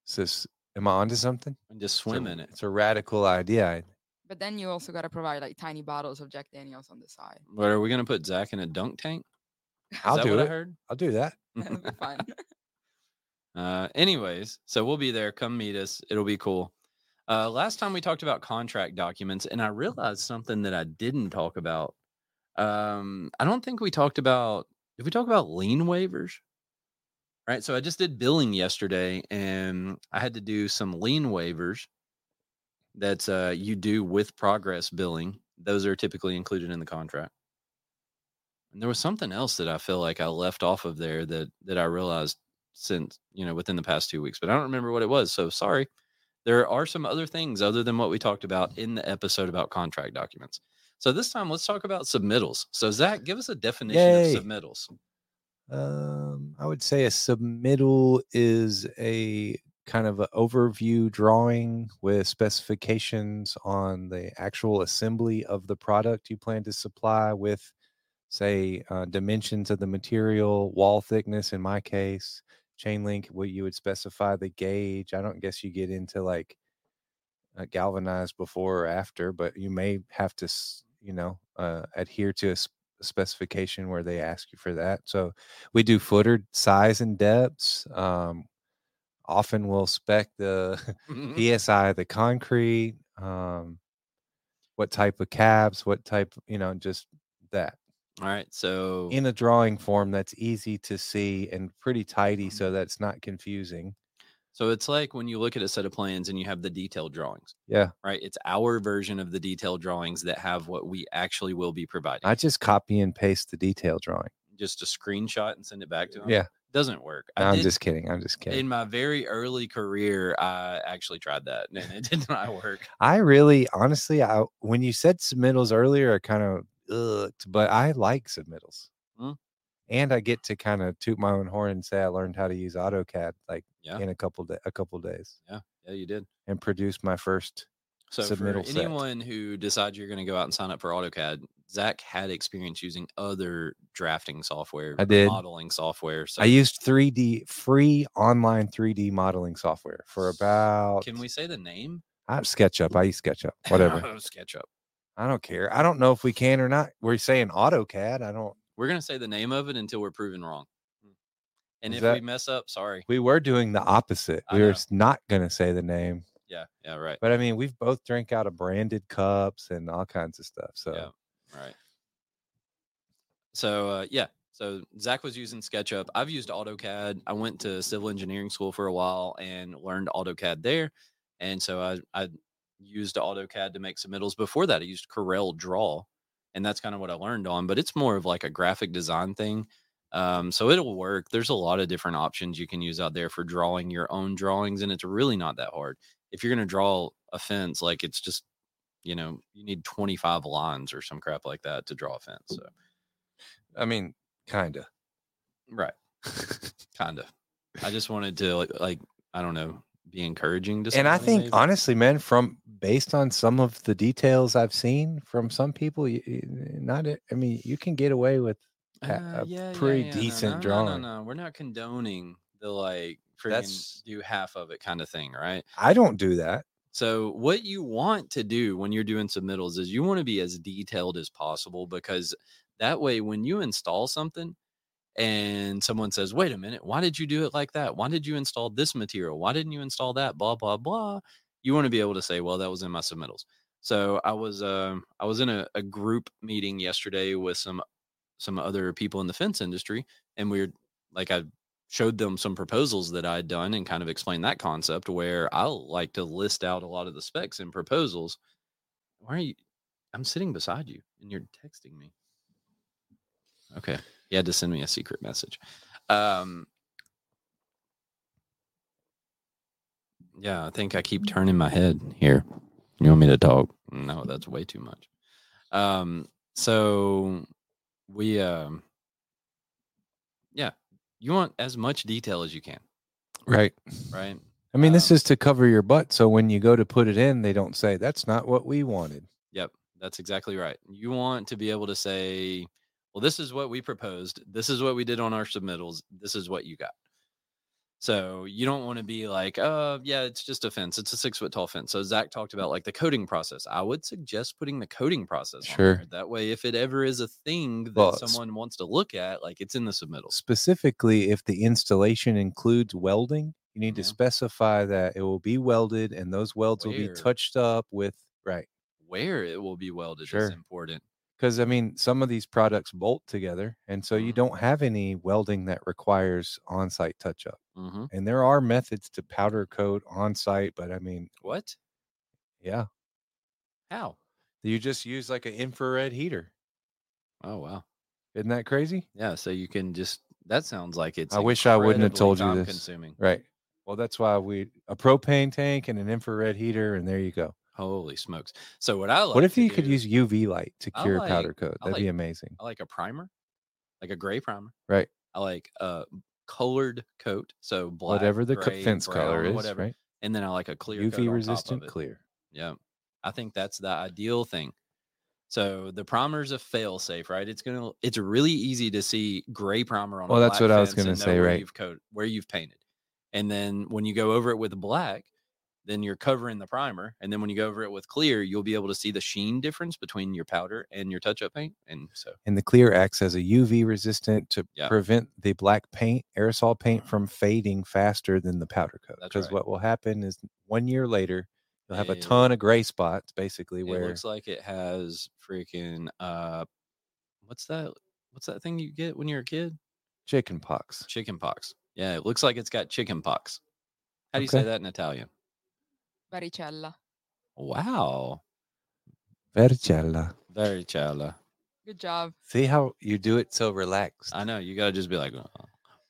[SPEAKER 1] So, s- am I onto something?
[SPEAKER 2] And just
[SPEAKER 1] It's a-
[SPEAKER 2] swim in it.
[SPEAKER 1] It's a radical idea.
[SPEAKER 3] But then you also gotta provide like tiny bottles of Jack Daniels on the side.
[SPEAKER 2] But are we gonna put Zach in a dunk tank?
[SPEAKER 1] I'll
[SPEAKER 2] Is that
[SPEAKER 1] do
[SPEAKER 2] what I
[SPEAKER 1] it.
[SPEAKER 2] heard?
[SPEAKER 1] I'll do that.
[SPEAKER 3] That'd be fun.
[SPEAKER 2] Uh, anyways, so we'll be there. Come meet us. It'll be cool. Uh, last time we talked about contract documents, and I realized something that I didn't talk about. Um, I don't think we talked about. Did we talk about lien waivers? Right. So I just did billing yesterday, and I had to do some lien waivers. That's uh, you do with progress billing. Those are typically included in the contract. And there was something else that I feel like I left off of there that that I realized since you know within the past two weeks, but I don't remember what it was. So sorry. There are some other things other than what we talked about in the episode about contract documents. So this time, let's talk about submittals. So Zach, give us a definition
[SPEAKER 1] Yay.
[SPEAKER 2] of submittals.
[SPEAKER 1] Um, I would say a submittal is a kind of an overview drawing with specifications on the actual assembly of the product you plan to supply with, say, uh, dimensions of the material, wall thickness in my case, chain link, what you would specify the gauge. I don't guess you get into like uh, galvanized before or after, but you may have to, s- you know, uh, adhere to a s- specification where they ask you for that. So, we do footer size and depths. Um, often we'll spec the
[SPEAKER 2] Hmm.
[SPEAKER 1] PSI, of the concrete, um, what type of cabs, what type, you know, just that
[SPEAKER 2] All right. So
[SPEAKER 1] in a drawing form that's easy to see and pretty tidy so that's not confusing.
[SPEAKER 2] so it's like when you look at a set of plans and you have the detailed drawings,
[SPEAKER 1] Yeah.
[SPEAKER 2] right? It's our version of the detailed drawings that have what we actually will be providing.
[SPEAKER 1] I just copy and paste the detail drawing.
[SPEAKER 2] Just a screenshot and send it back to them.
[SPEAKER 1] Yeah.
[SPEAKER 2] Doesn't work.
[SPEAKER 1] No, I'm
[SPEAKER 2] did-
[SPEAKER 1] just kidding. I'm just kidding.
[SPEAKER 2] In my very early career, I actually tried that and it did not work.
[SPEAKER 1] I really, honestly, I when you said submittals earlier, I kind of looked, but I like submittals,
[SPEAKER 2] Mm.
[SPEAKER 1] and I get to kind of toot my own horn and say I learned how to use AutoCAD like
[SPEAKER 2] Yeah.
[SPEAKER 1] in a couple da a couple days
[SPEAKER 2] Yeah, you did.
[SPEAKER 1] and produce my first.
[SPEAKER 2] So
[SPEAKER 1] Submittal
[SPEAKER 2] for
[SPEAKER 1] set.
[SPEAKER 2] anyone who decides you're going to go out and sign up for AutoCAD, Zach had experience using other drafting software,
[SPEAKER 1] I did.
[SPEAKER 2] modeling software. So
[SPEAKER 1] I used 3D free online 3D modeling software for about.
[SPEAKER 2] can we say the name?
[SPEAKER 1] I SketchUp. I use SketchUp. Whatever.
[SPEAKER 2] SketchUp.
[SPEAKER 1] I don't care. I don't know if we can or not. We're saying AutoCAD. I don't.
[SPEAKER 2] We're going to say the name of it until we're proven wrong. And
[SPEAKER 1] Hmm. Is
[SPEAKER 2] if we
[SPEAKER 1] that-
[SPEAKER 2] mess up, sorry.
[SPEAKER 1] We were doing the opposite.
[SPEAKER 2] I
[SPEAKER 1] We were
[SPEAKER 2] know.
[SPEAKER 1] s- not gonna say the name.
[SPEAKER 2] Yeah, yeah, right.
[SPEAKER 1] But I mean, we've both drank out of branded cups and all kinds of stuff. So
[SPEAKER 2] Yeah. Right. So uh, yeah, so Zach was using SketchUp. I've used AutoCAD. I went to civil engineering school for a while and learned AutoCAD there, and so I I used AutoCAD to make submittals. Before that, I used Corel Draw, and that's kind of what I learned on. But it's more of like a graphic design thing. Um, so it'll work. There's a lot of different options you can use out there for drawing your own drawings, and it's really not that hard. If you're gonna draw a fence, like it's just you know, you need 25 lines or some crap like that to draw a fence. So,
[SPEAKER 1] I mean, kinda.
[SPEAKER 2] right. kind of. I just wanted to, like, like, I don't know, be encouraging to
[SPEAKER 1] and I
[SPEAKER 2] somebody,
[SPEAKER 1] think
[SPEAKER 2] maybe.
[SPEAKER 1] honestly, man, from based on some of the details I've seen from some people, you, not. e- I mean, you can get away with. a-
[SPEAKER 2] Uh,
[SPEAKER 1] a pretty
[SPEAKER 2] no,
[SPEAKER 1] decent
[SPEAKER 2] no, no,
[SPEAKER 1] drawing.
[SPEAKER 2] No, no, We're not condoning the like,
[SPEAKER 1] That's-
[SPEAKER 2] friggin' do half of it kind of thing, right?
[SPEAKER 1] I don't do that.
[SPEAKER 2] So, what you want to do when you're doing submittals is you want to be as detailed as possible because that way, when you install something and someone says, Wait a minute, why did you do it like that? Why did you install this material? Why didn't you install that? Blah, blah, blah. You want to be able to say, Well, that was in my submittals. So I was um, I was in a, a group meeting yesterday with some some other people in the fence industry, and we were like I showed them some proposals that I had done and kind of explained that concept where I like to list out a lot of the specs and proposals. Why are you? I'm sitting beside you and you're texting me. Okay. He had to send me a secret message. Um, yeah, I think I keep turning my head here. You want me to talk? No, that's way too much. Um, so we, um, you want as much detail as you can,
[SPEAKER 1] Right.
[SPEAKER 2] right?
[SPEAKER 1] I mean, this
[SPEAKER 2] Um,
[SPEAKER 1] is to cover your butt, so when you go to put it in, they don't say that's not what we wanted.
[SPEAKER 2] Yep. That's exactly right. You want to be able to say, well, this is what we proposed. This is what we did on our submittals. This is what you got. So you don't want to be like, uh, yeah, it's just a fence. It's a six foot tall fence. So Zach talked about like the coding process. I would suggest putting the coding process. on
[SPEAKER 1] Sure.
[SPEAKER 2] there. That way, if it ever is a thing that
[SPEAKER 1] Well, s-
[SPEAKER 2] someone wants to look at, like it's in the submittals.
[SPEAKER 1] Specifically, if the installation includes welding, you need to
[SPEAKER 2] Yeah.
[SPEAKER 1] specify that it will be welded and those welds will
[SPEAKER 2] Where?
[SPEAKER 1] be touched up with, right?
[SPEAKER 2] Where it will be welded
[SPEAKER 1] Sure.
[SPEAKER 2] is important.
[SPEAKER 1] Because I mean, some of these products bolt together. And so you
[SPEAKER 2] Mhm.
[SPEAKER 1] don't have any welding that requires on site touch up.
[SPEAKER 2] hmm
[SPEAKER 1] And there are methods to powder coat on site, but I mean,
[SPEAKER 2] What?
[SPEAKER 1] yeah,
[SPEAKER 2] How?
[SPEAKER 1] you just use like an infrared heater.
[SPEAKER 2] Oh wow.
[SPEAKER 1] Isn't that crazy?
[SPEAKER 2] Yeah. So you can just. That sounds like it's.
[SPEAKER 1] I wish I wouldn't have
[SPEAKER 2] incredibly
[SPEAKER 1] told you
[SPEAKER 2] time
[SPEAKER 1] this.
[SPEAKER 2] Consuming.
[SPEAKER 1] Right. Well, that's why we a propane tank and an infrared heater, and there you go.
[SPEAKER 2] Holy smokes! So what I like.
[SPEAKER 1] what if
[SPEAKER 2] to
[SPEAKER 1] you could
[SPEAKER 2] do-
[SPEAKER 1] use UV light to
[SPEAKER 2] I
[SPEAKER 1] cure
[SPEAKER 2] like-
[SPEAKER 1] powder coat?
[SPEAKER 2] I
[SPEAKER 1] That'd be
[SPEAKER 2] like-
[SPEAKER 1] amazing.
[SPEAKER 2] I like a primer, like a gray primer.
[SPEAKER 1] Right.
[SPEAKER 2] I like a colored coat, so black,
[SPEAKER 1] Whatever the co-
[SPEAKER 2] gray,
[SPEAKER 1] fence color
[SPEAKER 2] brown,
[SPEAKER 1] is,
[SPEAKER 2] whatever.
[SPEAKER 1] right?
[SPEAKER 2] And then I like a clear coat on top
[SPEAKER 1] UV
[SPEAKER 2] of
[SPEAKER 1] resistant
[SPEAKER 2] it.
[SPEAKER 1] clear.
[SPEAKER 2] Yeah, I think that's the ideal thing. So the primer's a fail safe, right? It's gonna it's really easy to see gray primer on.
[SPEAKER 1] Well,
[SPEAKER 2] a
[SPEAKER 1] that's
[SPEAKER 2] black
[SPEAKER 1] what I was
[SPEAKER 2] fence
[SPEAKER 1] gonna
[SPEAKER 2] and know
[SPEAKER 1] say,
[SPEAKER 2] where
[SPEAKER 1] right.
[SPEAKER 2] You've coat where you've painted, and then when you go over it with black, then you're covering the primer, and then when you go over it with clear, you'll be able to see the sheen difference between your powder and your touch-up paint, and so
[SPEAKER 1] And the clear acts as a UV resistant to
[SPEAKER 2] Yeah. Mm-hmm.
[SPEAKER 1] prevent the black paint, aerosol paint from fading faster than the powder coat.
[SPEAKER 2] That's
[SPEAKER 1] Because
[SPEAKER 2] right.
[SPEAKER 1] what will happen is one year later, you'll have a
[SPEAKER 2] It-
[SPEAKER 1] ton of gray spots, basically,
[SPEAKER 2] It
[SPEAKER 1] where
[SPEAKER 2] looks like it has freaking uh, what's that? What's that thing you get when you're a kid?
[SPEAKER 1] chicken pox.
[SPEAKER 2] Chicken pox. Yeah, it looks like it's got chicken pox. How do you say
[SPEAKER 1] Okay.
[SPEAKER 2] that in Italian?
[SPEAKER 3] Baricella.
[SPEAKER 2] Wow,
[SPEAKER 1] Vergella.
[SPEAKER 2] very chala.
[SPEAKER 3] Good job.
[SPEAKER 1] See how you do it so relaxed.
[SPEAKER 2] I know you gotta just be like "Uh,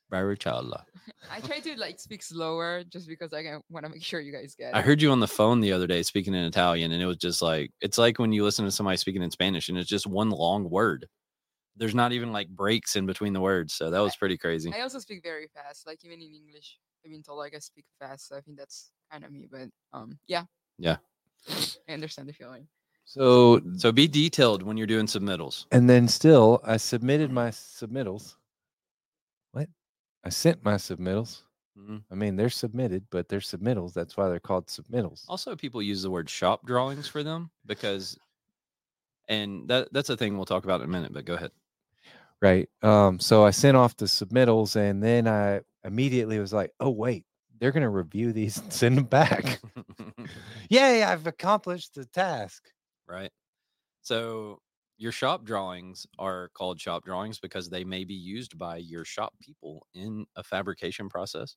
[SPEAKER 2] very chala.
[SPEAKER 3] I try to like speak slower just because I want to make sure you guys get.
[SPEAKER 2] I
[SPEAKER 3] it.
[SPEAKER 2] heard you on the phone the other day speaking in Italian, and it was just like it's like when you listen to somebody speaking in Spanish, and it's just one long word. There's not even like breaks in between the words, so that was pretty crazy.
[SPEAKER 3] I also speak very fast, like even in English. I've been told like I speak fast, so I think that's kind of me. But um, yeah.
[SPEAKER 2] Yeah.
[SPEAKER 3] I understand the feeling.
[SPEAKER 1] So
[SPEAKER 2] So be detailed when you're doing submittals.
[SPEAKER 1] and then still I submitted my submittals. What? I sent my submittals.
[SPEAKER 2] Mhm.
[SPEAKER 1] I mean, they're submitted, but they're submittals. That's why they're called submittals.
[SPEAKER 2] Also, people use the word shop drawings for them because, and that that's a thing we'll talk about in a minute. But go ahead.
[SPEAKER 1] Right. Um, so I sent off the submittals and then I immediately was like, oh wait, they're gonna review these and send them back. Yay, I've accomplished the task.
[SPEAKER 2] right. So your shop drawings are called shop drawings because they may be used by your shop people in a fabrication process.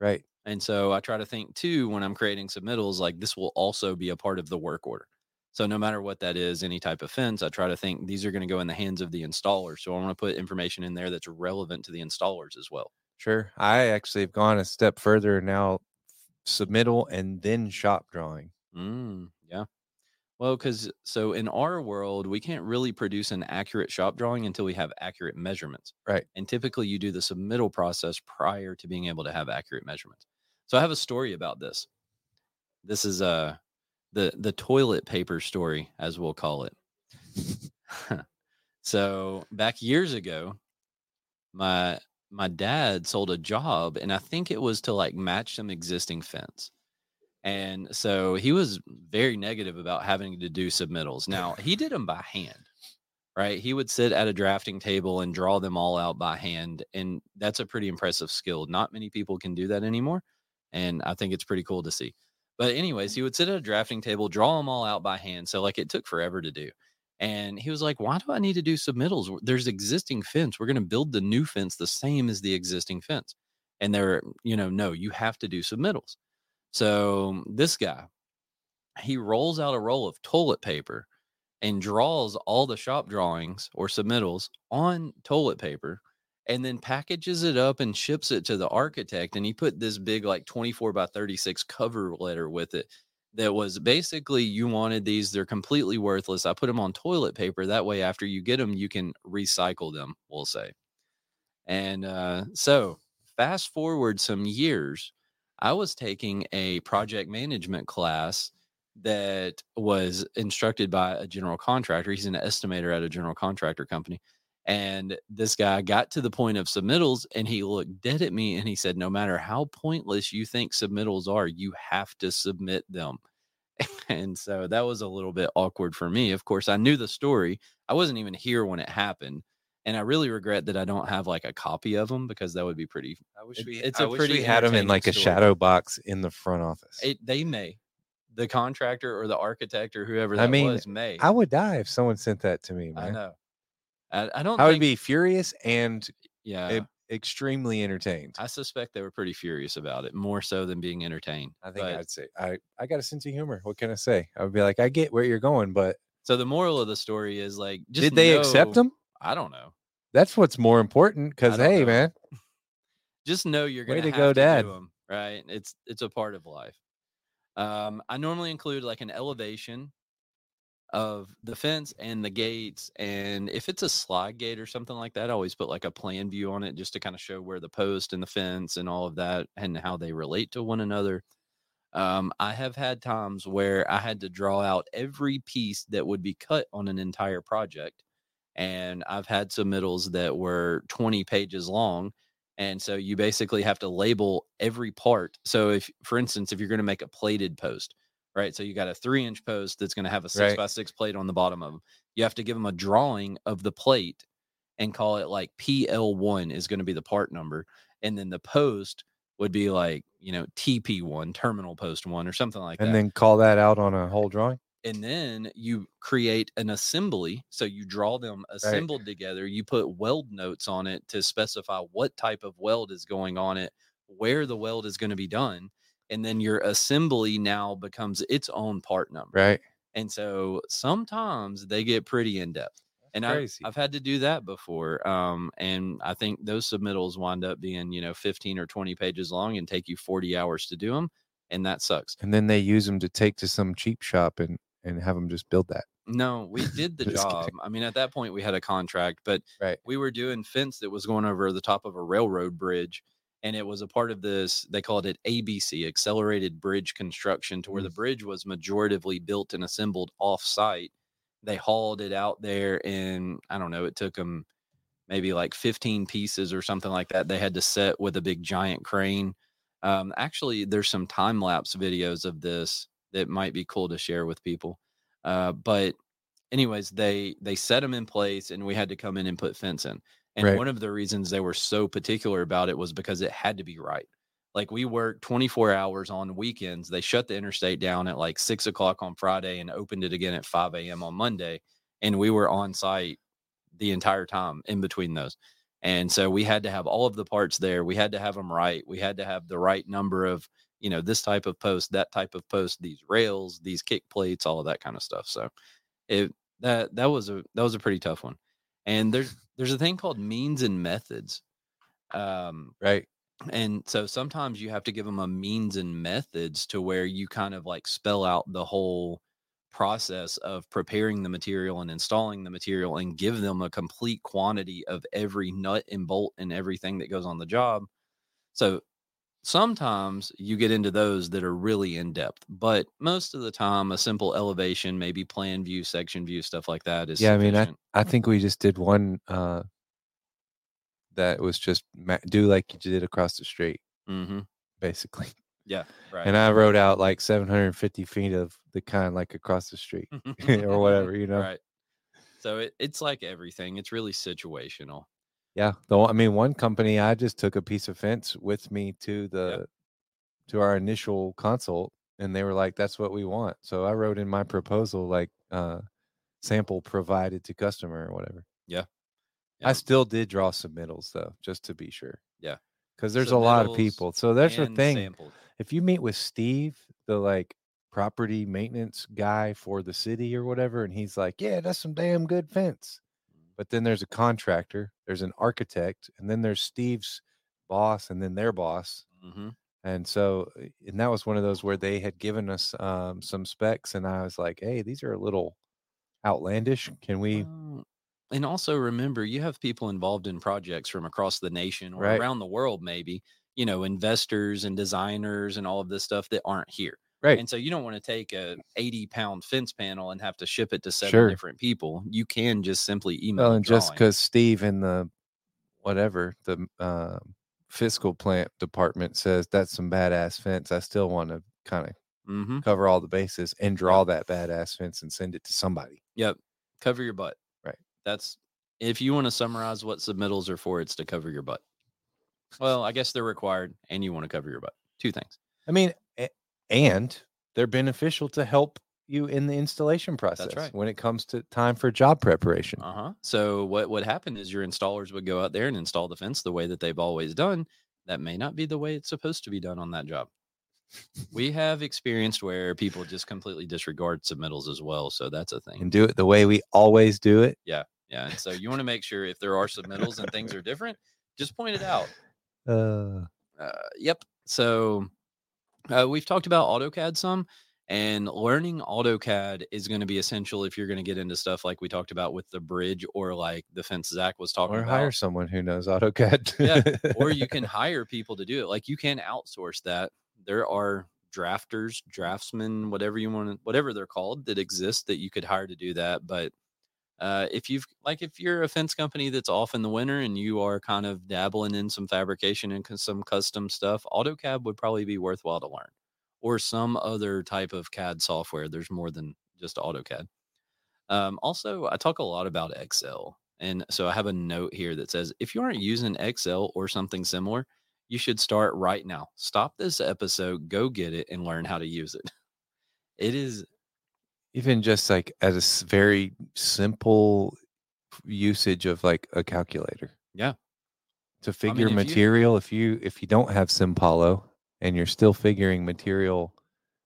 [SPEAKER 1] Right.
[SPEAKER 2] And so I try to think too when I'm creating submittals, like this will also be a part of the work order. So no matter what that is, any type of fence, I try to think these are going to go in the hands of the installer. So I want to put information in there that's relevant to the installers as well.
[SPEAKER 1] Sure. I actually have gone a step further and now submittal and then shop drawing.
[SPEAKER 2] Mm, yeah. Well, because so in our world, we can't really produce an accurate shop drawing until we have accurate measurements.
[SPEAKER 1] Right.
[SPEAKER 2] And typically you do the submittal process prior to being able to have accurate measurements. So I have a story about this. This is uh the the toilet paper story, as we'll call it. so back years ago, my my dad sold a job and I think it was to like match some existing fence. And so he was very negative about having to do submittals. Now he did them by hand, right? He would sit at a drafting table and draw them all out by hand. And that's a pretty impressive skill. Not many people can do that anymore. And I think it's pretty cool to see. But, anyways, he would sit at a drafting table, draw them all out by hand. So, like, it took forever to do. And he was like, Why do I need to do submittals? W- There's existing fence. We're going to build the new fence the same as the existing fence. And they're, you know, no, you have to do submittals. So this guy, he rolls out a roll of toilet paper and draws all the shop drawings or submittals on toilet paper and then packages it up and ships it to the architect. And he put this big, like 24 by 36 cover letter with it that was basically you wanted these. They're completely worthless. I put them on toilet paper. That way, after you get them, you can recycle them, we'll say. And uh, so, fast forward some years, I was taking a project management class that was instructed by a general contractor. He's an estimator at a general contractor company. And this guy got to the point of submittals and he looked dead at me and he said, No matter how pointless you think submittals are, you have to submit them. And so that was a little bit awkward for me. Of course, I knew the story. I wasn't even here when it happened. And I really regret that I don't have like a copy of them because that would be pretty.
[SPEAKER 1] I wish
[SPEAKER 2] It-
[SPEAKER 1] we
[SPEAKER 2] it's
[SPEAKER 1] I
[SPEAKER 2] a
[SPEAKER 1] wish
[SPEAKER 2] pretty
[SPEAKER 1] we had them in
[SPEAKER 2] entertaining
[SPEAKER 1] like a
[SPEAKER 2] story.
[SPEAKER 1] shadow box in the front office.
[SPEAKER 2] It, they may, the contractor or the architect or whoever
[SPEAKER 1] I
[SPEAKER 2] that
[SPEAKER 1] mean,
[SPEAKER 2] was may.
[SPEAKER 1] I would die if someone sent that to me,
[SPEAKER 2] I
[SPEAKER 1] man.
[SPEAKER 2] know. I, I don't.
[SPEAKER 1] I would
[SPEAKER 2] think-
[SPEAKER 1] be furious and
[SPEAKER 2] Yeah,
[SPEAKER 1] e- extremely entertained.
[SPEAKER 2] I suspect they were pretty furious about it, more so than being entertained.
[SPEAKER 1] I think
[SPEAKER 2] But-
[SPEAKER 1] I'd say I, I got a sense of humor. What can I say? I would be like, I get where you're going, but
[SPEAKER 2] so the moral of the story is like, just
[SPEAKER 1] did they accept
[SPEAKER 2] know-
[SPEAKER 1] them?
[SPEAKER 2] I don't know.
[SPEAKER 1] That's what's more important. Because
[SPEAKER 2] don't
[SPEAKER 1] hey,
[SPEAKER 2] know.
[SPEAKER 1] man,
[SPEAKER 2] Just know you're
[SPEAKER 1] Way
[SPEAKER 2] going
[SPEAKER 1] to
[SPEAKER 2] to
[SPEAKER 1] go,
[SPEAKER 2] have
[SPEAKER 1] Dad.
[SPEAKER 2] to do 'em, right? It's it's a part of life. Um, I normally include like an elevation of the fence and the gates, and if it's a slide gate or something like that, I always put like a plan view on it just to kind of show where the post and the fence and all of that and how they relate to one another. Um, I have had times where I had to draw out every piece that would be cut on an entire project. And I've had submittals that were 20 pages long. And so you basically have to label every part. So, if, for instance, if you're going to make a plated post, right? So you got a three inch post that's going to have a six
[SPEAKER 1] Right.
[SPEAKER 2] by six plate on the bottom of them. You have to give them a drawing of the plate and call it like PL1 is going to be the part number. And then the post would be like, you know, TP1, terminal post one, or something like
[SPEAKER 1] and
[SPEAKER 2] that.
[SPEAKER 1] then call that out on a whole drawing.
[SPEAKER 2] and then you create an assembly. So you draw them assembled together. You put weld notes on it to specify what type of weld is going on it, where the weld is going to be done. And then your assembly now becomes its own part number.
[SPEAKER 1] Right.
[SPEAKER 2] And so sometimes they get pretty in depth. And I,
[SPEAKER 1] crazy.
[SPEAKER 2] I've had to do that before. Um, and I think those submittals wind up being, you know, 15 or 20 pages long and take you 40 hours to do them. And that sucks.
[SPEAKER 1] And then they use them to take to some cheap shop and and have them just build that.
[SPEAKER 2] No, we did the
[SPEAKER 1] Just
[SPEAKER 2] job.
[SPEAKER 1] kidding.
[SPEAKER 2] I mean, at that point, we had a contract, but
[SPEAKER 1] Right.
[SPEAKER 2] we were doing fence that was going over the top of a railroad bridge. And it was a part of this, they called it ABC, accelerated bridge construction,
[SPEAKER 1] Mm.
[SPEAKER 2] to where the bridge was majoritively built and assembled off site. They hauled it out there, and I don't know, it took them maybe like 15 pieces or something like that. They had to set with a big giant crane. Um, actually, there's some time lapse videos of this that might be cool to share with people. Uh, but anyways, they they set them in place, and we had to come in and put fence in. And
[SPEAKER 1] Right.
[SPEAKER 2] one of the reasons they were so particular about it was because it had to be right. Like we worked 24 hours on weekends. They shut the interstate down at like six o'clock on Friday and opened it again at 5 a.m. on Monday. And we were on site the entire time in between those. And so we had to have all of the parts there. We had to have them right. We had to have the right number of, you know, this type of post, that type of post, these rails, these kick plates, all of that kind of stuff. So it that that was a that was a pretty tough one. And there's there's a thing called means and methods. Um,
[SPEAKER 1] Right.
[SPEAKER 2] and so sometimes you have to give them a means and methods to where you kind of like spell out the whole process of preparing the material and installing the material and give them a complete quantity of every nut and bolt and everything that goes on the job. So sometimes you get into those that are really in depth, but most of the time, a simple elevation, maybe plan view, section view, stuff like that is
[SPEAKER 1] Yeah, I mean,
[SPEAKER 2] sufficient.
[SPEAKER 1] I think we just did one uh that was just ma- do like you did across the street,
[SPEAKER 2] mm-hmm.
[SPEAKER 1] basically.
[SPEAKER 2] yeah, right.
[SPEAKER 1] And I wrote out like 750 feet of the kind like across the street or whatever, you know.
[SPEAKER 2] Right. So it, it's like everything. It's really situational.
[SPEAKER 1] Yeah. The one- I mean, one company I just took a piece of fence with me to the to our initial consult, and they were like, "That's what we want." So I wrote in my proposal like uh, sample provided to customer or whatever.
[SPEAKER 2] Yeah.
[SPEAKER 1] I
[SPEAKER 2] Yeah.
[SPEAKER 1] still did draw submittals though, just to be sure.
[SPEAKER 2] Yeah.
[SPEAKER 1] Because there's a lot of
[SPEAKER 2] Submittals
[SPEAKER 1] people. So that's the
[SPEAKER 2] and
[SPEAKER 1] thing.
[SPEAKER 2] sampled.
[SPEAKER 1] If you meet with Steve, the like property maintenance guy for the city or whatever, and he's like, "Yeah, that's some damn good fence." but then there's a contractor, there's an architect, and then there's Steve's boss, and then their boss.
[SPEAKER 2] Mhm.
[SPEAKER 1] And so, uh, and that was one of those where they had given us um, some specs, and I was like, "Hey, these are a little outlandish. Can we?"
[SPEAKER 2] Well, And also remember, you have people involved in projects from across the nation or
[SPEAKER 1] Right.
[SPEAKER 2] around the world, maybe, you know, investors and designers and all of this stuff that aren't here.
[SPEAKER 1] Right.
[SPEAKER 2] And so you don't want to take a 80 pound fence panel and have to ship it to seven
[SPEAKER 1] Sure.
[SPEAKER 2] different people. You can just simply email.
[SPEAKER 1] Well,
[SPEAKER 2] a
[SPEAKER 1] and just
[SPEAKER 2] drawing.
[SPEAKER 1] because Steve in the whatever the uh, fiscal plant department says that's some badass fence, I still want to kind of
[SPEAKER 2] Mhm.
[SPEAKER 1] cover all the bases and draw that badass fence and send it to somebody.
[SPEAKER 2] Yep. Cover your butt.
[SPEAKER 1] Right.
[SPEAKER 2] That's if you want to summarize what submittals are for, it's to cover your butt. Well, I guess they're required and you want to cover your butt. Two things.
[SPEAKER 1] I mean, a- and they're beneficial to help you in the installation process
[SPEAKER 2] right.
[SPEAKER 1] when it comes to time for job preparation.
[SPEAKER 2] Uh huh. So what would happen is your installers would go out there and install the fence the way that they've always done. That may not be the way it's supposed to be done on that job. we have experienced where people just completely disregard submittals as well. So that's a thing.
[SPEAKER 1] and do it the way we always do it.
[SPEAKER 2] Yeah. And so you want to make sure if there are submittals and things are different, just point it out.
[SPEAKER 1] Uh,
[SPEAKER 2] Uh, yep. So uh, we've talked about AutoCAD some, and learning AutoCAD is going to be essential if you're going to get into stuff like we talked about with the bridge or like the fence Zach was talking
[SPEAKER 1] or
[SPEAKER 2] about.
[SPEAKER 1] hire someone who knows AutoCAD.
[SPEAKER 2] Yeah, or you can hire people to do it. Like you can outsource that. There are drafters, draftsmen, whatever you want, to, whatever they're called, that exist that you could hire to do that. But uh, if you've like if you're a fence company that's off in the winter and you are kind of dabbling in some fabrication and cus- some custom stuff, AutoCAD would probably be worthwhile to learn, or some other type of CAD software. There's more than just AutoCAD. Um, also, I talk a lot about Excel. And so I have a note here that says if you aren't using Excel or something similar, you should start right now. Stop this episode, go get it, and learn how to use it. It is,
[SPEAKER 1] even just like as a s- very simple usage of like a calculator.
[SPEAKER 2] Yeah.
[SPEAKER 1] To figure
[SPEAKER 2] if you-
[SPEAKER 1] material, if you if you don't have Simpalo and you're still figuring material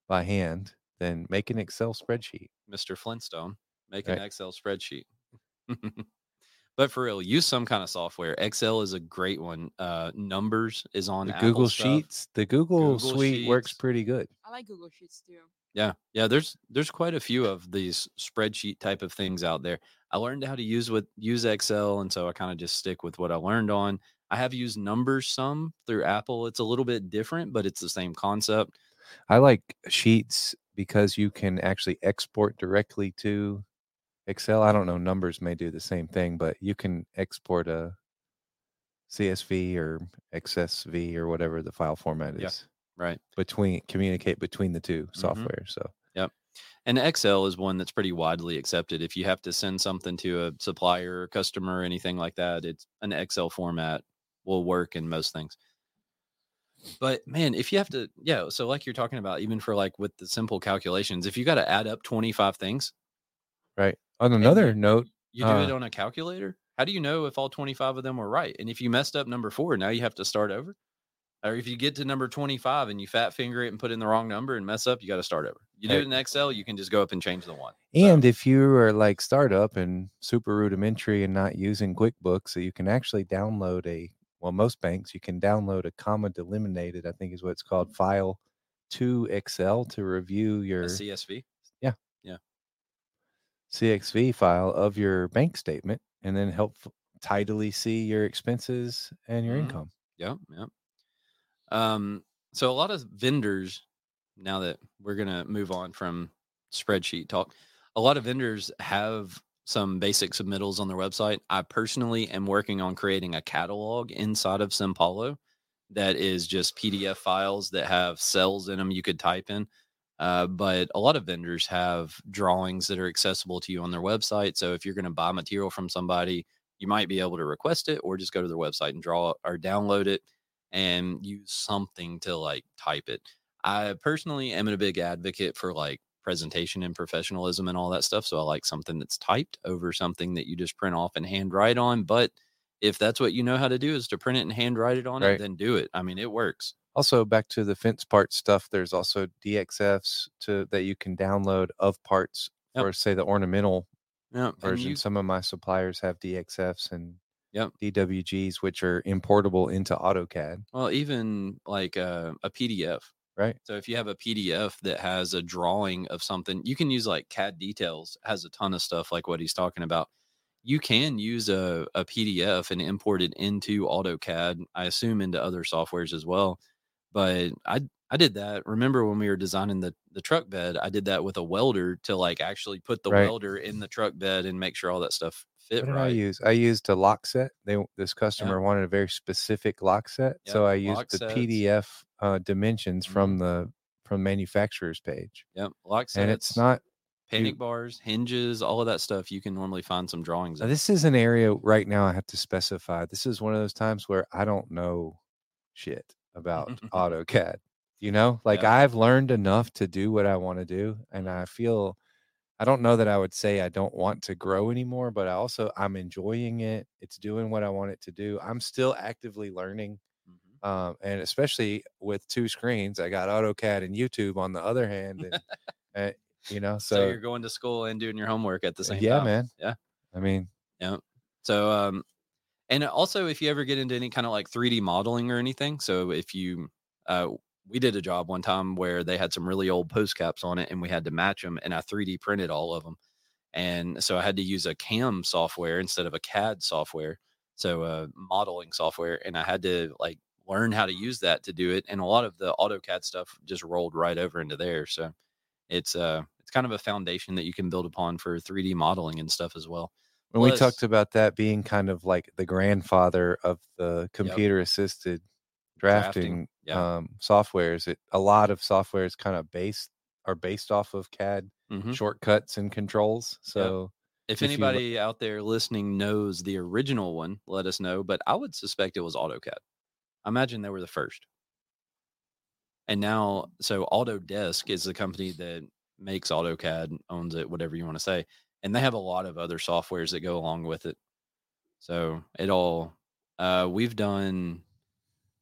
[SPEAKER 1] by hand, then make an Excel spreadsheet.
[SPEAKER 2] Mr. Flintstone, make an
[SPEAKER 1] Right.
[SPEAKER 2] Excel spreadsheet. but for real, use some kind of software. Excel is a great one. Uh, Numbers is on
[SPEAKER 1] The
[SPEAKER 2] Apple
[SPEAKER 1] Google
[SPEAKER 2] stuff.
[SPEAKER 1] Sheets, the Google,
[SPEAKER 2] Google
[SPEAKER 1] Suite works
[SPEAKER 2] Sheets.
[SPEAKER 1] pretty good.
[SPEAKER 3] I like Google Sheets too.
[SPEAKER 2] Yeah, yeah. There's there's quite a few of these spreadsheet type of things out there. I learned how to use with use Excel, and so I kind of just stick with what I learned on. I have used numbers some through Apple. It's a little bit different, but it's the same concept.
[SPEAKER 1] I like Sheets because you can actually export directly to Excel. I don't know, numbers may do the same thing, but you can export a CSV or XSV or whatever the file format is
[SPEAKER 2] Yeah. Right.
[SPEAKER 1] between communicate between the 2 software. So
[SPEAKER 2] And Excel is one that's pretty widely accepted. If you have to send something to a supplier or customer or anything like that, it's an Excel format will work in most things. But man, if you have to, yeah, so like you're talking about, even for like with the simple calculations, if you got to add up 25 things,
[SPEAKER 1] on
[SPEAKER 2] you-
[SPEAKER 1] another note,
[SPEAKER 2] You do it
[SPEAKER 1] Uh,
[SPEAKER 2] on a calculator? How do you know if all 25 of them were right? And if you messed up number four, now you have to start over? Or if you get to number 25 and you fat finger it and put in the wrong number and mess up, you got to start over. You do
[SPEAKER 1] Hey.
[SPEAKER 2] it in Excel, you can just go up and change the one. So,
[SPEAKER 1] and if you are like startup and super rudimentary and not using QuickBooks, so you can actually download a well, most banks you can download a comma delimited, I think is what it's called, file to Excel to review
[SPEAKER 2] a
[SPEAKER 1] your
[SPEAKER 2] CSV.
[SPEAKER 1] CXV file of your bank statement and then help f- tidily see your expenses and your
[SPEAKER 2] Mhm.
[SPEAKER 1] income.
[SPEAKER 2] Yep, yep. Um, so a lot of vendors, now that we're gonna move on from spreadsheet talk, a lot of vendors have some basic submittals on their website. I personally am working on creating a catalog inside of Simpalo that is just PDF files that have cells in them you could type in. Uh, but a lot of vendors have drawings that are accessible to you on their website. So if you're going to buy material from somebody, you might be able to request it or just go to their website and draw or download it and use something to like type it. I personally am a big advocate for like presentation and professionalism and all that stuff. So I like something that's typed over something that you just print off and hand write on. But if that's what you know how to do is to print it and hand write it on it,
[SPEAKER 1] Right.
[SPEAKER 2] then do it. I mean, it works.
[SPEAKER 1] Also, back to the fence part stuff, there's also DXFs to that you can download of parts
[SPEAKER 2] Yep.
[SPEAKER 1] for say the ornamental
[SPEAKER 2] Yeah. and
[SPEAKER 1] version.
[SPEAKER 2] you-
[SPEAKER 1] Some of my suppliers have DXFs and
[SPEAKER 2] Yep.
[SPEAKER 1] DWGs, which are importable into AutoCAD.
[SPEAKER 2] well, even like uh, a PDF.
[SPEAKER 1] Right.
[SPEAKER 2] So if you have a PDF that has a drawing of something, you can use like CAD details has a ton of stuff like what he's talking about. You can use a, a PDF and import it into AutoCAD, I assume into other softwares as well. But I I did that. Remember when we were designing the the truck bed? I did that with a welder to like actually put the
[SPEAKER 1] Right.
[SPEAKER 2] welder in the truck bed and make sure all that stuff fit
[SPEAKER 1] What did I
[SPEAKER 2] right.
[SPEAKER 1] use? I used a lock set. They this customer wanted a very specific lock set, so
[SPEAKER 2] Yep,
[SPEAKER 1] I used
[SPEAKER 2] lock
[SPEAKER 1] the
[SPEAKER 2] sets. Mm-hmm.
[SPEAKER 1] PDF uh, dimensions from the from manufacturer's page,
[SPEAKER 2] Yep, lock sets,
[SPEAKER 1] and it's not.
[SPEAKER 2] panic
[SPEAKER 1] you-
[SPEAKER 2] bars, hinges, all of that stuff. You can normally find some drawings.
[SPEAKER 1] now,
[SPEAKER 2] of.
[SPEAKER 1] This is an area right now. I have to specify. This is one of those times where I don't know shit about AutoCAD. You know, like
[SPEAKER 2] Yeah.
[SPEAKER 1] I've learned enough to do what I want to do, and I feel. I don't know that I would say I don't want to grow anymore, but I also I'm enjoying it. It's doing what I want it to do. I'm still actively learning.
[SPEAKER 2] Mhm.
[SPEAKER 1] um, and especially with two screens i got autocad and youtube on the other hand and uh, you know
[SPEAKER 2] So,
[SPEAKER 1] so, eh, Uh,
[SPEAKER 2] you're going to school and doing your homework at the same
[SPEAKER 1] yeah
[SPEAKER 2] time.
[SPEAKER 1] man
[SPEAKER 2] Yeah.
[SPEAKER 1] i mean
[SPEAKER 2] So, um, and also if you ever get into any kind of like 3D modeling or anything, so if you, uh, we did a job one time where they had some really old post caps on it and we had to match them and I 3D printed all of them. And so I had to use a CAM software instead of a CAD software. So, uh, modeling software. And I had to like learn how to use that to do it. And a lot of the AutoCAD stuff just rolled right over into there. So it's, uh, it's kind of a foundation that you can build upon for 3D modeling and stuff as well.
[SPEAKER 1] when we
[SPEAKER 2] Plus-
[SPEAKER 1] talked about that being kind of like the grandfather of the computer assisted
[SPEAKER 2] Drafting,
[SPEAKER 1] drafting,
[SPEAKER 2] yeah.
[SPEAKER 1] um, softwares it a lot of software is kind of based are based off of cad
[SPEAKER 2] Mhm.
[SPEAKER 1] shortcuts and controls so
[SPEAKER 2] If
[SPEAKER 1] if you li-
[SPEAKER 2] anybody out there listening knows the original one, let us know. But I would suspect it was AutoCAD. I imagine they were the first. And now, so Autodesk is the company that makes AutoCAD, owns it, whatever you want to say. And they have a lot of other softwares that go along with it. So it all, uh, we've done,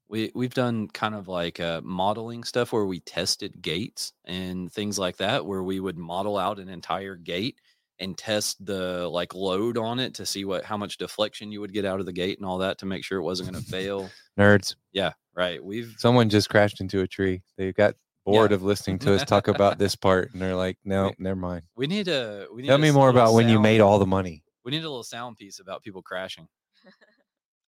[SPEAKER 2] we, we've done kind of like uh, modeling stuff where we tested gates and things like that, where we would model out an entire gate and test the like load on it to see what how much deflection you would get out of the gate and all that to make sure it wasn't going to fail.
[SPEAKER 1] nerds
[SPEAKER 2] Yeah, right. We've
[SPEAKER 1] someone just crashed into a tree they got bored of listening to us talk about this part and they're like no
[SPEAKER 2] Wait,
[SPEAKER 1] never mind
[SPEAKER 2] we need a we need
[SPEAKER 1] tell
[SPEAKER 2] a
[SPEAKER 1] me
[SPEAKER 2] s-
[SPEAKER 1] more
[SPEAKER 2] little
[SPEAKER 1] about when you made
[SPEAKER 2] sound-
[SPEAKER 1] all the money
[SPEAKER 2] We need a little sound piece about people crashing.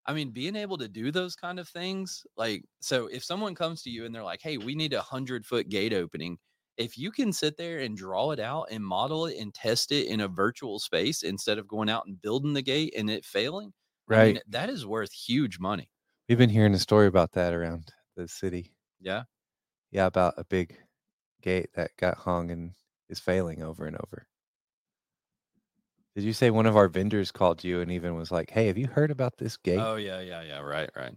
[SPEAKER 2] I mean, being able to do those kind of things, like so if someone comes to you and they're like, "Hey, we need a 100-foot gate opening." If you can sit there and draw it out and model it and test it in a virtual space instead of going out and building the gate and it failing, I
[SPEAKER 1] right
[SPEAKER 2] mean, that is worth huge money.
[SPEAKER 1] We've been hearing a story about that around the city.
[SPEAKER 2] Yeah.
[SPEAKER 1] Yeah, about a big gate that got hung and is failing over and over. Did you say one of our vendors called you and even was like, "Hey, have you heard about this gate?"
[SPEAKER 2] Oh yeah, yeah, yeah. Right, right.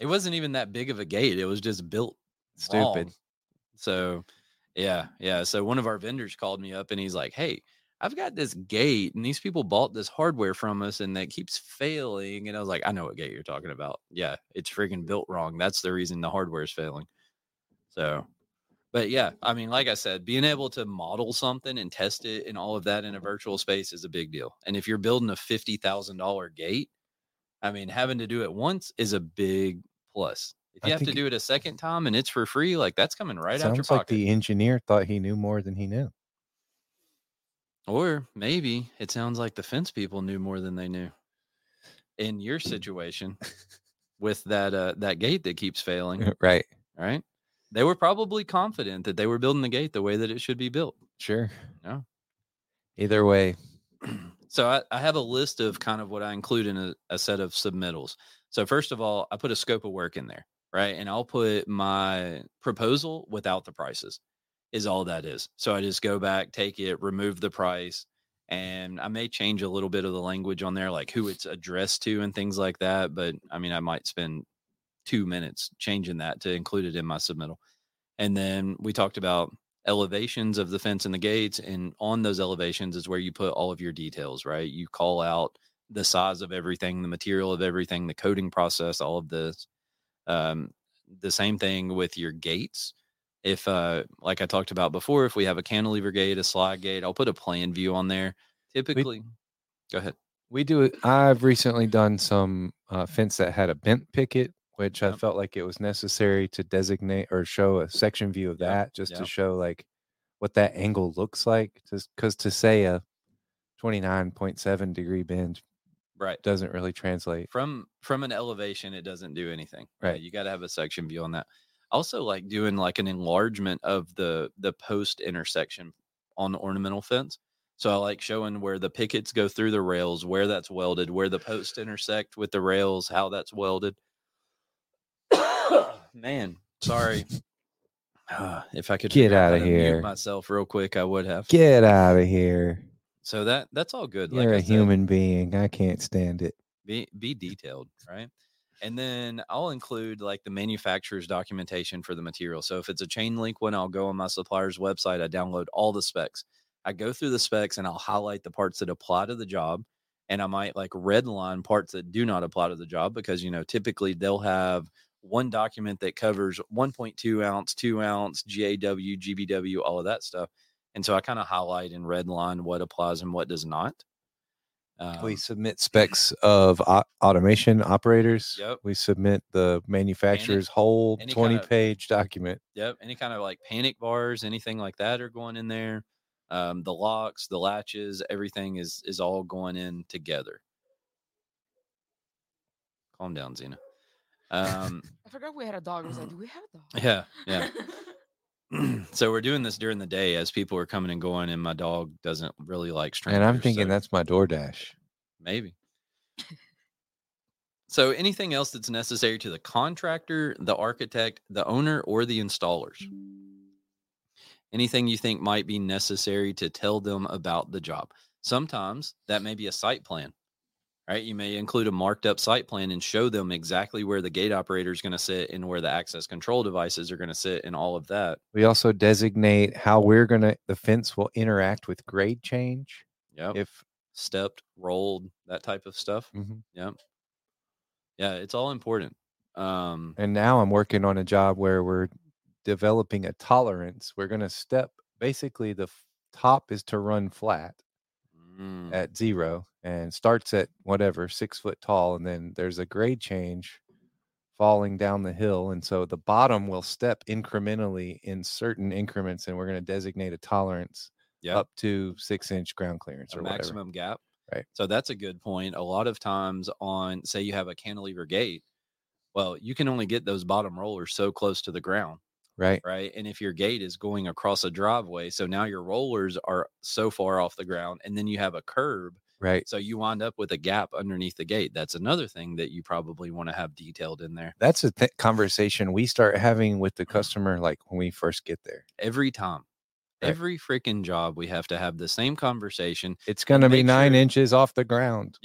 [SPEAKER 2] It wasn't even that big of a gate. It was just built
[SPEAKER 1] Stupid.
[SPEAKER 2] wrong. So yeah, yeah. So one of our vendors called me up and he's like, Hey, I've got this gate and these people bought this hardware from us and that keeps failing. And I was like, I know what gate you're talking about. Yeah, it's freaking built wrong. That's the reason the hardware is failing. So but yeah, I mean, like I said, being able to model something and test it and all of that in a virtual space is a big deal. And if you're building a fifty thousand dollar gate, I mean, having to do it once is a big plus. If
[SPEAKER 1] I
[SPEAKER 2] you have to
[SPEAKER 1] think-
[SPEAKER 2] do it a second time and it's for free, like that's coming right out your
[SPEAKER 1] Sounds like
[SPEAKER 2] pocket.
[SPEAKER 1] the engineer thought he knew more than he knew.
[SPEAKER 2] or maybe it sounds like the fence people knew more than they knew. In your situation, with that uh, that gate that keeps failing,
[SPEAKER 1] right.
[SPEAKER 2] right? They were probably confident that they were building the gate the way that it should be built.
[SPEAKER 1] Sure.
[SPEAKER 2] No.
[SPEAKER 1] Either way,
[SPEAKER 2] so I, I have a list of kind of what I include in a, a set of submittals. So first of all, I put a scope of work in there, right? And I'll put my proposal without the prices is all that is. So I just go back, take it, remove the price, and I may change a little bit of the language on there, like who it's addressed to and things like that. But I mean, I might spend two minutes changing that to include it in my submittal. And then we talked about elevations of the fence and the gates and on those elevations is where you put all of your details right you call out the size of everything the material of everything the coding process all of this um, the same thing with your gates if uh like i talked about before if we have a cantilever gate a slide gate i'll put a plan view on there typically go ahead
[SPEAKER 1] we do it. I've recently done some uh, fence that had a bent picket, which I
[SPEAKER 2] Yep.
[SPEAKER 1] felt like it was necessary to designate or show a section view of
[SPEAKER 2] Yep,
[SPEAKER 1] that just to
[SPEAKER 2] yep.
[SPEAKER 1] show like what that angle looks like. Just because to say a 29.7 degree bend
[SPEAKER 2] right
[SPEAKER 1] doesn't really translate.
[SPEAKER 2] from from an elevation it doesn't do anything Yeah,
[SPEAKER 1] Right.
[SPEAKER 2] you got to have a section view on that also like doing like an enlargement of the the post intersection on the ornamental fence. So I like showing where the pickets go through the rails, where that's welded, where the posts intersect with the rails, how that's welded. Man, sorry. Ah, if I could
[SPEAKER 1] Get
[SPEAKER 2] figure out
[SPEAKER 1] outta
[SPEAKER 2] how to mute
[SPEAKER 1] here.
[SPEAKER 2] myself real quick, I would have.
[SPEAKER 1] Get out of here.
[SPEAKER 2] so that that's all good.
[SPEAKER 1] You're
[SPEAKER 2] I
[SPEAKER 1] a
[SPEAKER 2] said,
[SPEAKER 1] human being. I can't stand it.
[SPEAKER 2] be be detailed, right? And then I'll include like the manufacturer's documentation for the material. So if it's a chain link one, I'll go on my supplier's website. I download all the specs. I go through the specs and I'll highlight the parts that apply to the job. And I might like redline parts that do not apply to the job because, you know, typically they'll have one document that covers 1.2 ounce, 2 ounce, GAW, GBW, all of that stuff. And so I kind of highlight and redline what applies and what does not.
[SPEAKER 1] we
[SPEAKER 2] Um,
[SPEAKER 1] submit specs of au- automation operators.
[SPEAKER 2] Yep.
[SPEAKER 1] We submit the manufacturer's whole
[SPEAKER 2] and it kinda-
[SPEAKER 1] 20 page document.
[SPEAKER 2] Yep. Any kind of like panic bars, anything like that are going in there. Um, the locks, the latches, everything is is all going in together. Calm down, Zena. Um,
[SPEAKER 3] I forgot we had a dog. I was like, do we have a dog?
[SPEAKER 2] yeah, yeah. so we're doing this during the day as people are coming and going, and my dog doesn't really like strangers.
[SPEAKER 1] And I'm thinking
[SPEAKER 2] so
[SPEAKER 1] that's my DoorDash.
[SPEAKER 2] maybe. so anything else that's necessary to the contractor, the architect, the owner, or the installers. anything you think might be necessary to tell them about the job. Sometimes that may be a site plan, right? You may include a marked up site plan and show them exactly where the gate operator is going to sit and where the access control devices are going to sit and all of that.
[SPEAKER 1] We also designate how we're going to, the fence will interact with grade change.
[SPEAKER 2] Yeah.
[SPEAKER 1] If,
[SPEAKER 2] Stepped, rolled, that type of stuff.
[SPEAKER 1] Mhm.
[SPEAKER 2] Yeah, it's all important. Um,
[SPEAKER 1] and now I'm working on a job where we're developing a tolerance. We're going to step, basically, the f- top is to run flat
[SPEAKER 2] mm,
[SPEAKER 1] at zero and starts at whatever, six foot tall. And then there's a grade change falling down the hill. And so the bottom will step incrementally in certain increments. And we're going to designate a tolerance
[SPEAKER 2] Yep.
[SPEAKER 1] up to six inch ground clearance
[SPEAKER 2] a
[SPEAKER 1] or whatever.
[SPEAKER 2] maximum gap.
[SPEAKER 1] Right.
[SPEAKER 2] So that's a good point. A lot of times on say you have a cantilever gate, well, you can only get those bottom rollers so close to the ground,
[SPEAKER 1] Right.
[SPEAKER 2] right? And if your gate is going across a driveway, so now your rollers are so far off the ground and then you have a curb,
[SPEAKER 1] Right.
[SPEAKER 2] so you wind up with a gap underneath the gate. That's another thing that you probably want to have detailed in there
[SPEAKER 1] That's a th- conversation we start having with
[SPEAKER 2] Mm-hmm.
[SPEAKER 1] the customer like when we first get there.
[SPEAKER 2] every time.
[SPEAKER 1] Right.
[SPEAKER 2] Every freaking job we have to have the same conversation
[SPEAKER 1] It's going to be
[SPEAKER 2] make
[SPEAKER 1] nine
[SPEAKER 2] sure-
[SPEAKER 1] inches off the ground.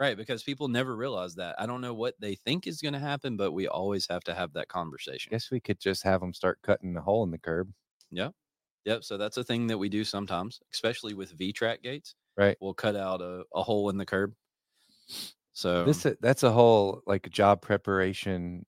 [SPEAKER 2] Right, because people never realize that. I don't know what they think is going to happen, but we always have to have that conversation.
[SPEAKER 1] Guess we could just have them start cutting a hole in the curb.
[SPEAKER 2] Yep. So that's a thing that we do sometimes, especially with V track gates.
[SPEAKER 1] Right.
[SPEAKER 2] We'll cut out a, a hole in the curb. So
[SPEAKER 1] this i- that's a whole like job preparation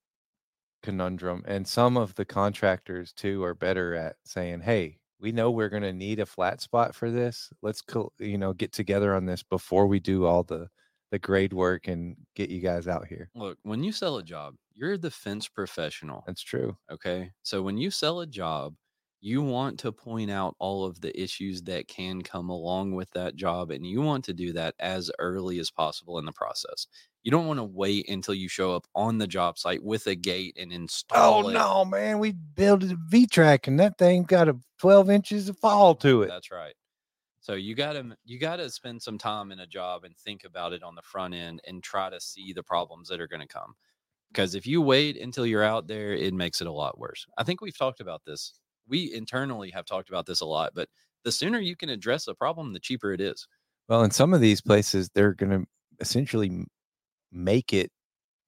[SPEAKER 1] conundrum and some of the contractors too are better at saying hey we know we're going to need a flat spot for this let's co- you know get together on this before we do all the the grade work and get you guys out here
[SPEAKER 2] look, when you sell a job, you're the fence professional.
[SPEAKER 1] that's true
[SPEAKER 2] Okay. So when you sell a job, you want to point out all of the issues that can come along with that job. And you want to do that as early as possible in the process. You don't want to wait until you show up on the job site with a gate and install.
[SPEAKER 1] oh
[SPEAKER 2] it.
[SPEAKER 1] no man we built a v-track and that thing got a 12 inches of fall to it
[SPEAKER 2] That's right. So you got to you got to spend some time in a job and think about it on the front end and try to see the problems that are going to come. Because if you wait until you're out there, it makes it a lot worse. I think we've talked about this. We internally have talked about this a lot, but the sooner you can address a problem, the cheaper it is.
[SPEAKER 1] Well, in some of these places, they're going to essentially m- make it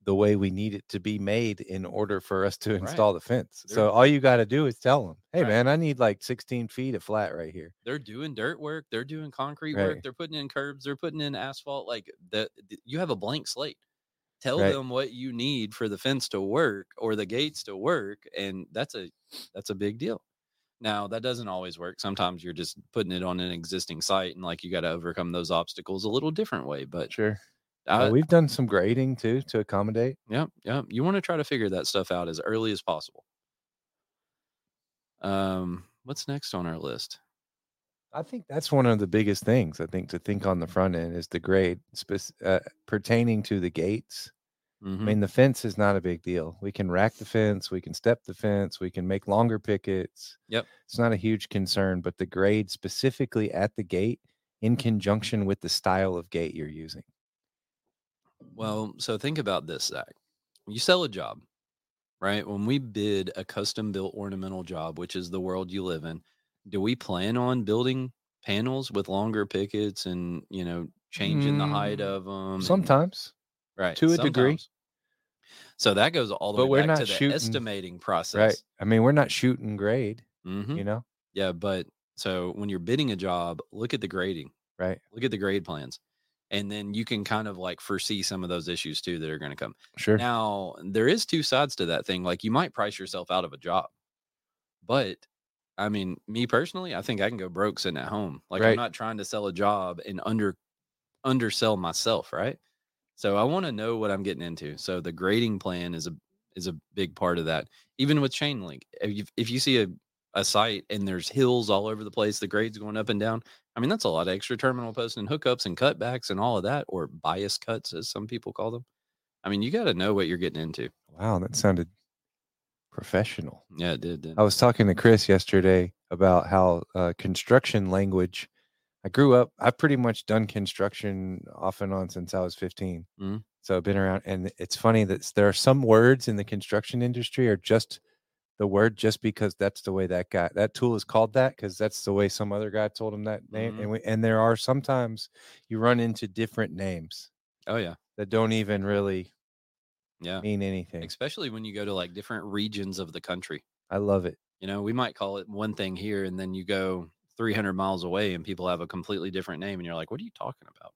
[SPEAKER 1] the way we need it to be made in order for us to
[SPEAKER 2] Right.
[SPEAKER 1] install the fence.
[SPEAKER 2] They're-
[SPEAKER 1] So all you got to do is tell them, "Hey,
[SPEAKER 2] Right.
[SPEAKER 1] man, I need like 16 feet of flat right here."
[SPEAKER 2] They're doing dirt work, they're doing concrete work,
[SPEAKER 1] Right.
[SPEAKER 2] they're putting in curbs, they're putting in asphalt. Like the, th- you have a blank slate. Tell
[SPEAKER 1] Right.
[SPEAKER 2] them what you need for the fence to work or the gates to work, and that's a that's a big deal. Now, that doesn't always work. Sometimes you're just putting it on an existing site and like you got to overcome those obstacles a little different way. But
[SPEAKER 1] Sure. Uh,
[SPEAKER 2] I,
[SPEAKER 1] we've done some grading too to accommodate.
[SPEAKER 2] yeah, yeah, you want to try to figure that stuff out as early as possible. Um, what's next on our list?
[SPEAKER 1] I think that's one of the biggest things. I think to think on the front end is the grade spec- uh, pertaining to the gates I
[SPEAKER 2] Mhm.
[SPEAKER 1] mean, the fence is not a big deal. We can rack the fence, we can step the fence, we can make longer pickets.
[SPEAKER 2] Yep.
[SPEAKER 1] It's not a huge concern, but the grade specifically at the gate in
[SPEAKER 2] Mm-hmm.
[SPEAKER 1] conjunction with the style of gate you're using.
[SPEAKER 2] Well, so think about this, Zach. You sell a job, right? When we bid a custom built ornamental job, which is the world you live in, do we plan on building panels with longer pickets and, you know, changing the height
[SPEAKER 1] Mm,
[SPEAKER 2] of them?
[SPEAKER 1] Sometimes
[SPEAKER 2] right.
[SPEAKER 1] to a degree.
[SPEAKER 2] sometimes. So that goes all the
[SPEAKER 1] But
[SPEAKER 2] way
[SPEAKER 1] we're not
[SPEAKER 2] back to the
[SPEAKER 1] shooting-
[SPEAKER 2] estimating process.
[SPEAKER 1] Right. I mean, we're not shooting grade,
[SPEAKER 2] Mm-hmm.
[SPEAKER 1] you know?
[SPEAKER 2] Yeah. But so when you're bidding a job, look at the grading.
[SPEAKER 1] Right.
[SPEAKER 2] Look at the grade plans. And then you can kind of like foresee some of those issues too that are going to come.
[SPEAKER 1] Sure.
[SPEAKER 2] Now, there is two sides to that thing. Like you might price yourself out of a job, but I mean, me personally, I think I can go broke sitting at home. Like
[SPEAKER 1] Right.
[SPEAKER 2] I'm not trying to sell a job and under undersell myself, right? So I want to know what I'm getting into. So the grading plan is a is a big part of that. Even with chain link, if you, if you see a a site and there's hills all over the place, the grades going up and down. I mean, that's a lot of extra terminal posts and hookups and cutbacks and all of that, or bias cuts as some people call them. I mean, you got to know what you're getting into.
[SPEAKER 1] Wow, that sounded professional.
[SPEAKER 2] Yeah, it did. didn't
[SPEAKER 1] I
[SPEAKER 2] it?
[SPEAKER 1] was talking to Chris yesterday about how uh, construction language. I grew up. I've pretty much done construction off and on since I was 15.
[SPEAKER 2] Mhm.
[SPEAKER 1] So I've been around, and it's funny that s- there are some words in the construction industry are just the word just because that's the way that guy that tool is called that because that's the way some other guy told him that name.
[SPEAKER 2] Mhm.
[SPEAKER 1] And we, and there are sometimes you run into different names
[SPEAKER 2] Oh yeah,
[SPEAKER 1] that don't even really
[SPEAKER 2] yeah.
[SPEAKER 1] mean anything.
[SPEAKER 2] Especially when you go to like different regions of the country.
[SPEAKER 1] I love it.
[SPEAKER 2] You know, we might call it one thing here, and then you go 300 miles away, and people have a completely different name, and you're like, "What are you talking about?"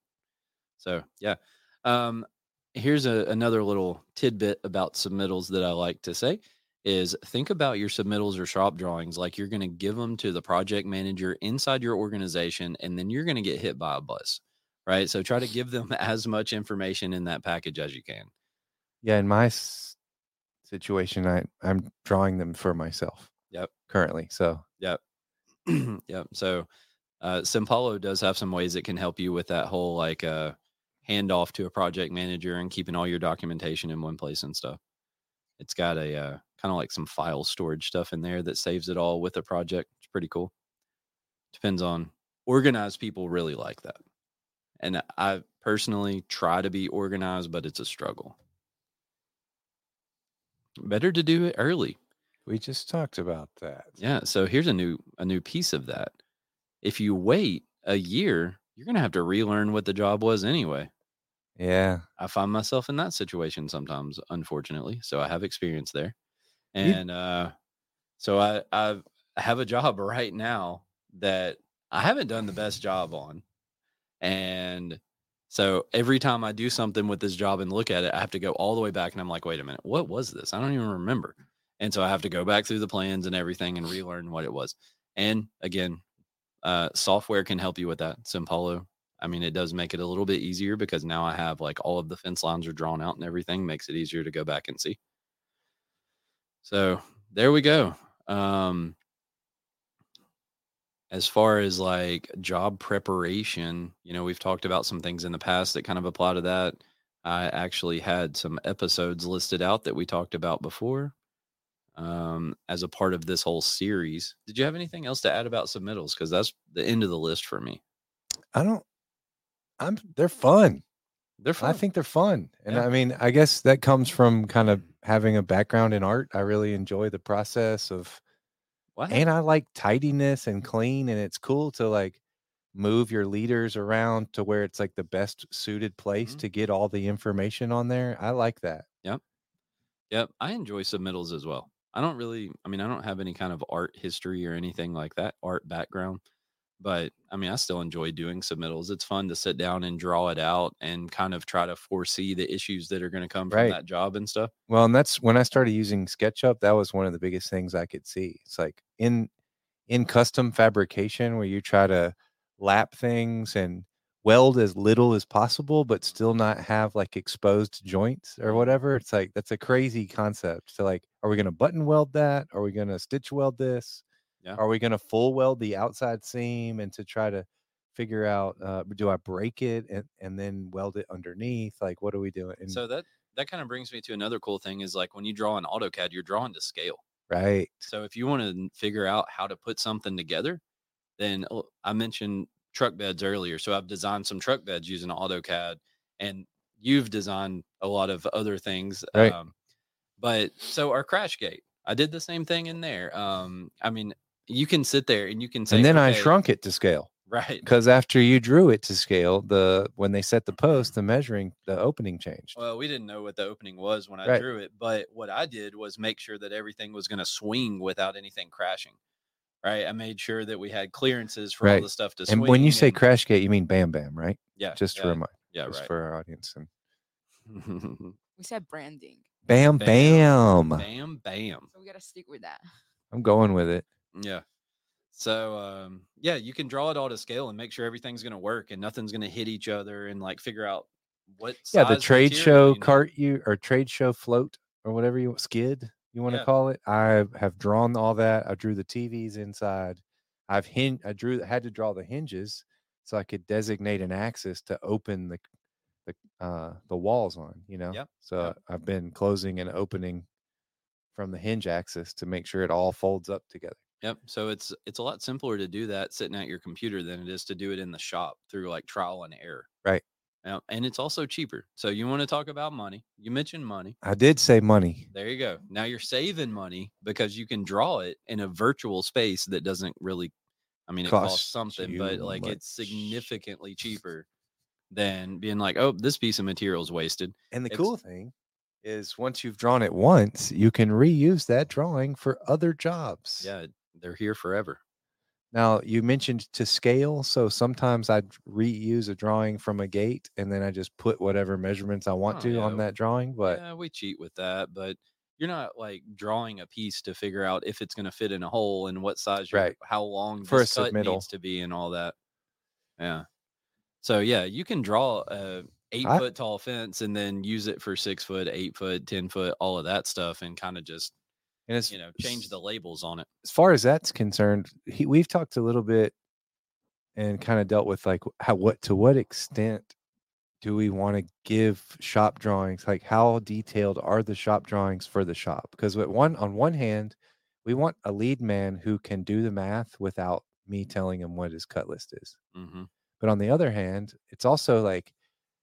[SPEAKER 2] So yeah. Um, here's a, another little tidbit about submittals that I like to say is think about your submittals or shop drawings like you're going to give them to the project manager inside your organization and then you're going to get hit by a bus right so try to give them as much information in that package as you can
[SPEAKER 1] Yeah, in my s- situation, I I'm drawing them for myself.
[SPEAKER 2] Yep.
[SPEAKER 1] Currently, so
[SPEAKER 2] yeah. So uh Simpalo does have some ways it can help you with that whole like uh handoff to a project manager and keeping all your documentation in one place and stuff. It's got a uh, kind of like some file storage stuff in there that saves it all with a project. It's pretty cool. Depends on organized people really like that. And I personally try to be organized, but it's a struggle. Better to do it early.
[SPEAKER 1] we just talked about that.
[SPEAKER 2] Yeah. So here's a new a new piece of that. If you wait a year, you're gonna have to relearn what the job was anyway.
[SPEAKER 1] Yeah.
[SPEAKER 2] I find myself in that situation sometimes, unfortunately. So I have experience there,
[SPEAKER 1] You-
[SPEAKER 2] and uh, so I I've, I have a job right now that I haven't done the best job on, and so every time I do something with this job and look at it, I have to go all the way back, and I'm like, wait a minute, what was this? I don't even remember, and so I have to go back through the plans and everything and relearn what it was. And again, uh, software can help you with that. Simpolo I mean, it does make it a little bit easier because now I have like all of the fence lines are drawn out and everything makes it easier to go back and see. So there we go. Um, as far as like job preparation, you know, we've talked about some things in the past that kind of apply to that. I actually had some episodes listed out that we talked about before um, as a part of this whole series. Did you have anything else to add about submittals? Because that's the end of the list for me.
[SPEAKER 1] I don't. I'm. They're fun.
[SPEAKER 2] They're fun.
[SPEAKER 1] I think they're fun, and
[SPEAKER 2] Yeah.
[SPEAKER 1] I mean, I guess that comes from kind of having a background in art. I really enjoy the process of,
[SPEAKER 2] Wow.
[SPEAKER 1] and I like tidiness and clean, and it's cool to like move your leaders around to where it's like the best suited place
[SPEAKER 2] Mhm.
[SPEAKER 1] to get all the information on there. I like that.
[SPEAKER 2] Yep, I enjoy submittals as well. I don't really, I mean, I don't have any kind of art history or anything like that, art background, but I mean, I still enjoy doing submittals. It's fun to sit down and draw it out and kind of try to foresee the issues that are going to come from
[SPEAKER 1] Right.
[SPEAKER 2] that job and stuff.
[SPEAKER 1] Well, and that's when I started using SketchUp. That was one of the biggest things I could see. It's like in in custom fabrication where you try to lap things and weld as little as possible, but still not have like exposed joints or whatever. It's like that's a crazy concept. So like, are we gonna button weld that? Are we gonna stitch weld this?
[SPEAKER 2] Yeah.
[SPEAKER 1] Are we gonna full weld the outside seam and to try to figure out uh, do I break it and, and then weld it underneath? Like what are we doing? And
[SPEAKER 2] So that that kind of brings me to another cool thing is like when you draw an AutoCAD, you're drawing to scale.
[SPEAKER 1] Right.
[SPEAKER 2] So if you want to figure out how to put something together, then oh, I mentioned truck beds earlier. So I've designed some truck beds using AutoCAD, and you've designed a lot of other things.
[SPEAKER 1] Right.
[SPEAKER 2] Um, but so our crash gate, I did the same thing in there. Um, I mean, you can sit there and you can say,
[SPEAKER 1] and then I
[SPEAKER 2] "Okay,"
[SPEAKER 1] shrunk it to scale
[SPEAKER 2] Right.
[SPEAKER 1] because after you drew it to scale, the when they set the post, the measuring, the opening changed.
[SPEAKER 2] Well, we didn't know what the opening was when I
[SPEAKER 1] Right.
[SPEAKER 2] drew it, but what I did was make sure that everything was going to swing without anything crashing. Right. I made sure that we had clearances for all
[SPEAKER 1] Right.
[SPEAKER 2] the stuff to swing.
[SPEAKER 1] and when you say
[SPEAKER 2] and-
[SPEAKER 1] crash gate, you mean Bam Bam, right?
[SPEAKER 2] yeah,
[SPEAKER 1] Just to
[SPEAKER 2] yeah,
[SPEAKER 1] remind,
[SPEAKER 2] yeah,
[SPEAKER 1] just
[SPEAKER 2] right.
[SPEAKER 1] for our audience. And
[SPEAKER 3] We said branding,
[SPEAKER 1] Bam Bam,
[SPEAKER 2] bam, bam.
[SPEAKER 3] so we gotta stick with that.
[SPEAKER 1] I'm going with it.
[SPEAKER 2] Yeah. So um, yeah, you can draw it all to scale and make sure everything's going to work and nothing's going to hit each other and like figure out what.
[SPEAKER 1] Yeah, the
[SPEAKER 2] size
[SPEAKER 1] trade
[SPEAKER 2] material
[SPEAKER 1] show
[SPEAKER 2] you need.
[SPEAKER 1] cart you or trade show float or whatever you skid you want to
[SPEAKER 2] Yeah.
[SPEAKER 1] call it. I have drawn all that. I drew the TVs inside. I've hin I drew had to draw the hinges so I could designate an axis to open the the uh the walls on, you know.
[SPEAKER 2] Yep,
[SPEAKER 1] So
[SPEAKER 2] yep.
[SPEAKER 1] I've been closing and opening from the hinge axis to make sure it all folds up together.
[SPEAKER 2] Yep. So it's it's a lot simpler to do that sitting at your computer than it is to do it in the shop through like trial and error.
[SPEAKER 1] Right.
[SPEAKER 2] Yep, and it's also cheaper. So you want to talk about money? You mentioned money.
[SPEAKER 1] I did say money.
[SPEAKER 2] There you go. Now you're saving money because you can draw it in a virtual space that doesn't really. I mean, it costs,
[SPEAKER 1] Costs
[SPEAKER 2] something,
[SPEAKER 1] you
[SPEAKER 2] but like it's
[SPEAKER 1] much.
[SPEAKER 2] significantly cheaper than being like, oh, this piece of material is wasted.
[SPEAKER 1] And the
[SPEAKER 2] Ex-
[SPEAKER 1] cool thing is once you've drawn it once, you can reuse that drawing for other jobs.
[SPEAKER 2] Yeah, they're here forever.
[SPEAKER 1] Now you mentioned to scale, so sometimes I reuse a drawing from a gate, and then I just put whatever measurements I want
[SPEAKER 2] Oh,
[SPEAKER 1] to on
[SPEAKER 2] yeah.
[SPEAKER 1] that drawing. But
[SPEAKER 2] yeah, we cheat with that, but you're not like drawing a piece to figure out if it's going to fit in a hole and what size, your-
[SPEAKER 1] Right.
[SPEAKER 2] how long
[SPEAKER 1] For a
[SPEAKER 2] this cut
[SPEAKER 1] submittal.
[SPEAKER 2] needs to be, and all that. Yeah. So yeah, you can draw a eight
[SPEAKER 1] I-
[SPEAKER 2] foot tall fence and then use it for six foot, eight foot, ten foot, all of that stuff, and kind of just
[SPEAKER 1] and as,
[SPEAKER 2] you know change the labels on it.
[SPEAKER 1] as far as that's concerned, he, we've talked a little bit and kind of dealt with like how what to what extent do we want to give shop drawings? Like how detailed are the shop drawings for the shop? Because with one on one hand, we want a lead man who can do the math without me telling him what his cut list is.
[SPEAKER 2] hmm
[SPEAKER 1] But on the other hand, it's also like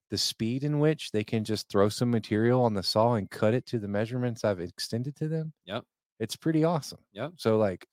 [SPEAKER 1] the speed in which they can just throw some material on the saw and cut it to the measurements I've extended to them.
[SPEAKER 2] Yep.
[SPEAKER 1] It's pretty awesome.
[SPEAKER 2] Yep.
[SPEAKER 1] So like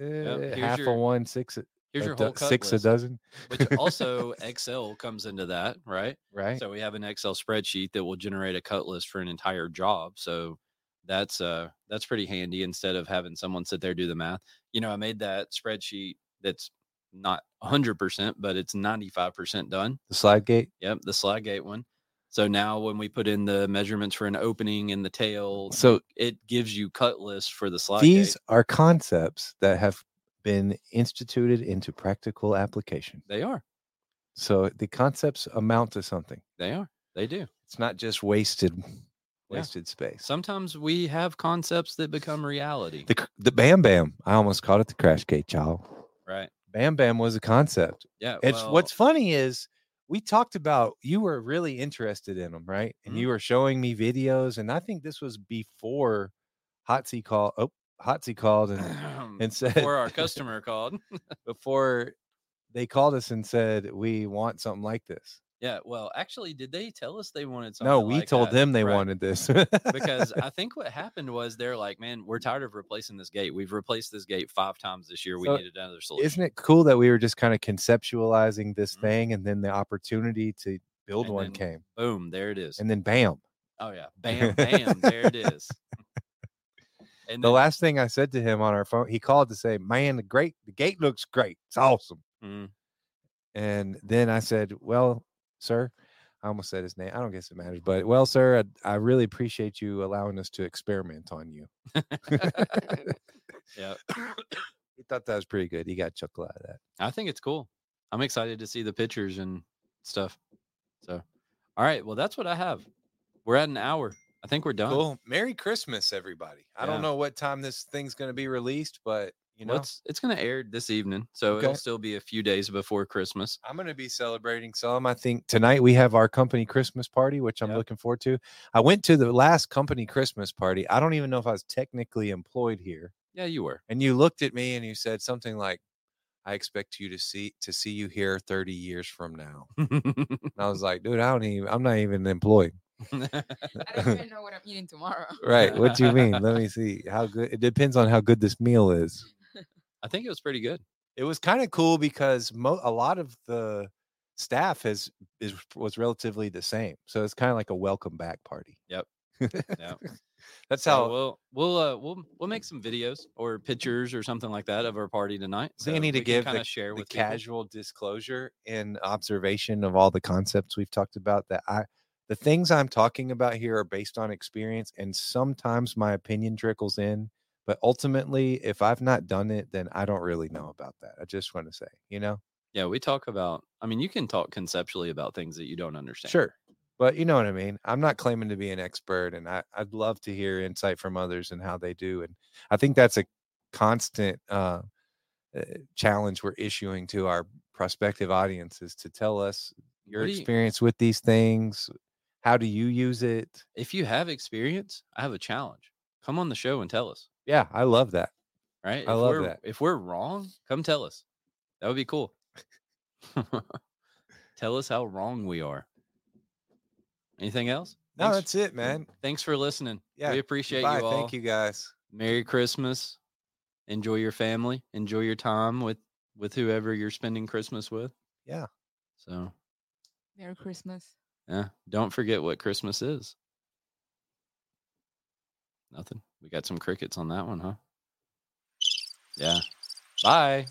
[SPEAKER 1] eh,
[SPEAKER 2] here's
[SPEAKER 1] half
[SPEAKER 2] your-
[SPEAKER 1] a one, six, a-
[SPEAKER 2] Here's
[SPEAKER 1] a
[SPEAKER 2] your
[SPEAKER 1] do-
[SPEAKER 2] whole cut
[SPEAKER 1] six
[SPEAKER 2] list,
[SPEAKER 1] a dozen,
[SPEAKER 2] which also Excel comes into that, right?
[SPEAKER 1] right?
[SPEAKER 2] So we have an Excel spreadsheet that will generate a cut list for an entire job. So that's uh that's pretty handy instead of having someone sit there do the math. You know, I made that spreadsheet that's not 100%, but it's 95% done.
[SPEAKER 1] the slide gate,
[SPEAKER 2] Yep, the slide gate one. So now when we put in the measurements for an opening and the tail,
[SPEAKER 1] So-
[SPEAKER 2] it gives you cut lists for the slide
[SPEAKER 1] these
[SPEAKER 2] gate.
[SPEAKER 1] are concepts that have been instituted into practical application.
[SPEAKER 2] They are.
[SPEAKER 1] So the concepts amount to something.
[SPEAKER 2] They are. They do.
[SPEAKER 1] It's not just wasted wasted space.
[SPEAKER 2] Sometimes we have concepts that become reality,
[SPEAKER 1] the cr- the Bam Bam. I almost called it the crash gate, y'all.
[SPEAKER 2] right?
[SPEAKER 1] Bam Bam was a concept.
[SPEAKER 2] Yeah.
[SPEAKER 1] It's
[SPEAKER 2] well,
[SPEAKER 1] what's funny is we talked about you were really interested in them, right? And
[SPEAKER 2] Mhm.
[SPEAKER 1] you were showing me videos, and I think this was before Hotzi call. Oh, Hotzi called and and said
[SPEAKER 2] before our customer called.
[SPEAKER 1] before they called us and said we want something like this.
[SPEAKER 2] Yeah, well, actually, did they tell us they wanted something?
[SPEAKER 1] no, we
[SPEAKER 2] like
[SPEAKER 1] told
[SPEAKER 2] that?
[SPEAKER 1] them they
[SPEAKER 2] Right,
[SPEAKER 1] wanted this
[SPEAKER 2] because I think what happened was they're like, "Man, we're tired of replacing this gate. We've replaced this gate five times this year. We
[SPEAKER 1] So,
[SPEAKER 2] needed another solution."
[SPEAKER 1] Isn't it cool that we were just kind of conceptualizing this
[SPEAKER 2] Mhm.
[SPEAKER 1] thing, and then the opportunity to build
[SPEAKER 2] And
[SPEAKER 1] one
[SPEAKER 2] then-
[SPEAKER 1] came,
[SPEAKER 2] Boom! There it is.
[SPEAKER 1] and then bam.
[SPEAKER 2] oh yeah, bam, bam! there it is. And
[SPEAKER 1] the
[SPEAKER 2] then-
[SPEAKER 1] last thing I said to him on our phone, he called to say, "Man, the great, the gate looks great. It's awesome."
[SPEAKER 2] Mm,
[SPEAKER 1] And then I said, "Well, sir, I almost said his name. I don't guess it matters, but well, sir, I, I really appreciate you allowing us to experiment on you."
[SPEAKER 2] yeah,
[SPEAKER 1] He thought that was pretty good. He got a chuckle out of that.
[SPEAKER 2] I think it's cool. I'm excited to see the pictures and stuff. So, all right, well, that's what I have. We're at an hour. I think we're done.
[SPEAKER 1] Cool. Merry Christmas, everybody. I
[SPEAKER 2] Yeah.
[SPEAKER 1] don't know what time this thing's going to be released, but You know,
[SPEAKER 2] it's it's gonna air this evening, so
[SPEAKER 1] Okay.
[SPEAKER 2] it'll still be a few days before Christmas.
[SPEAKER 1] I'm going to be celebrating some. I think tonight we have our company Christmas party, which I'm
[SPEAKER 2] Yep.
[SPEAKER 1] looking forward to. I went to the last company Christmas party. I don't even know if I was technically employed here.
[SPEAKER 2] Yeah, you were.
[SPEAKER 1] And you looked at me and you said something like, "I expect you to see to see you here 30 years from now." And I was like, "Dude, I don't even. I'm not even employed."
[SPEAKER 3] I don't even know what I'm eating tomorrow.
[SPEAKER 1] Right? What do you mean? Let me see how good. It depends on how good this meal is.
[SPEAKER 2] I think it was pretty good.
[SPEAKER 1] it was kind of cool because mo- a lot of the staff has is was relatively the same so it's kind of like a welcome back party
[SPEAKER 2] Yep. Yep.
[SPEAKER 1] that's
[SPEAKER 2] So
[SPEAKER 1] how
[SPEAKER 2] we'll we'll uh, we'll we'll make some videos or pictures or something like that of our party tonight.
[SPEAKER 1] So you need to give the-
[SPEAKER 2] kind of share
[SPEAKER 1] the
[SPEAKER 2] with people.
[SPEAKER 1] casual disclosure and observation of all the concepts we've talked about that i the things i'm talking about here are based on experience and sometimes my opinion trickles in but ultimately if i've not done it then i don't really know about that i just want to say you know
[SPEAKER 2] Yeah, we talk about. I mean, you can talk conceptually about things that you don't understand.
[SPEAKER 1] Sure. But you know what I mean? I'm not claiming to be an expert and I, I'd love to hear insight from others and how they do. And I think that's a constant uh, uh, challenge we're issuing to our prospective audiences to tell us your
[SPEAKER 2] What do you-
[SPEAKER 1] experience with these things. How do you use it?
[SPEAKER 2] If you have experience, I have a challenge. Come on the show and tell us.
[SPEAKER 1] Yeah, I love that.
[SPEAKER 2] Right?
[SPEAKER 1] I
[SPEAKER 2] if
[SPEAKER 1] love
[SPEAKER 2] we're,
[SPEAKER 1] that.
[SPEAKER 2] If we're wrong, come tell us. That would be cool. tell us how wrong we are. Anything else?
[SPEAKER 1] No,
[SPEAKER 2] Thanks-
[SPEAKER 1] that's it, man.
[SPEAKER 2] Thanks for listening.
[SPEAKER 1] Yeah,
[SPEAKER 2] we appreciate
[SPEAKER 1] Bye.
[SPEAKER 2] you all.
[SPEAKER 1] Thank you guys.
[SPEAKER 2] Merry Christmas. Enjoy your family. Enjoy your time with with whoever you're spending Christmas with.
[SPEAKER 1] Yeah.
[SPEAKER 2] So
[SPEAKER 3] Merry Christmas.
[SPEAKER 2] yeah, don't forget what Christmas is. Nothing. We got some crickets on that one, huh? Yeah. Bye.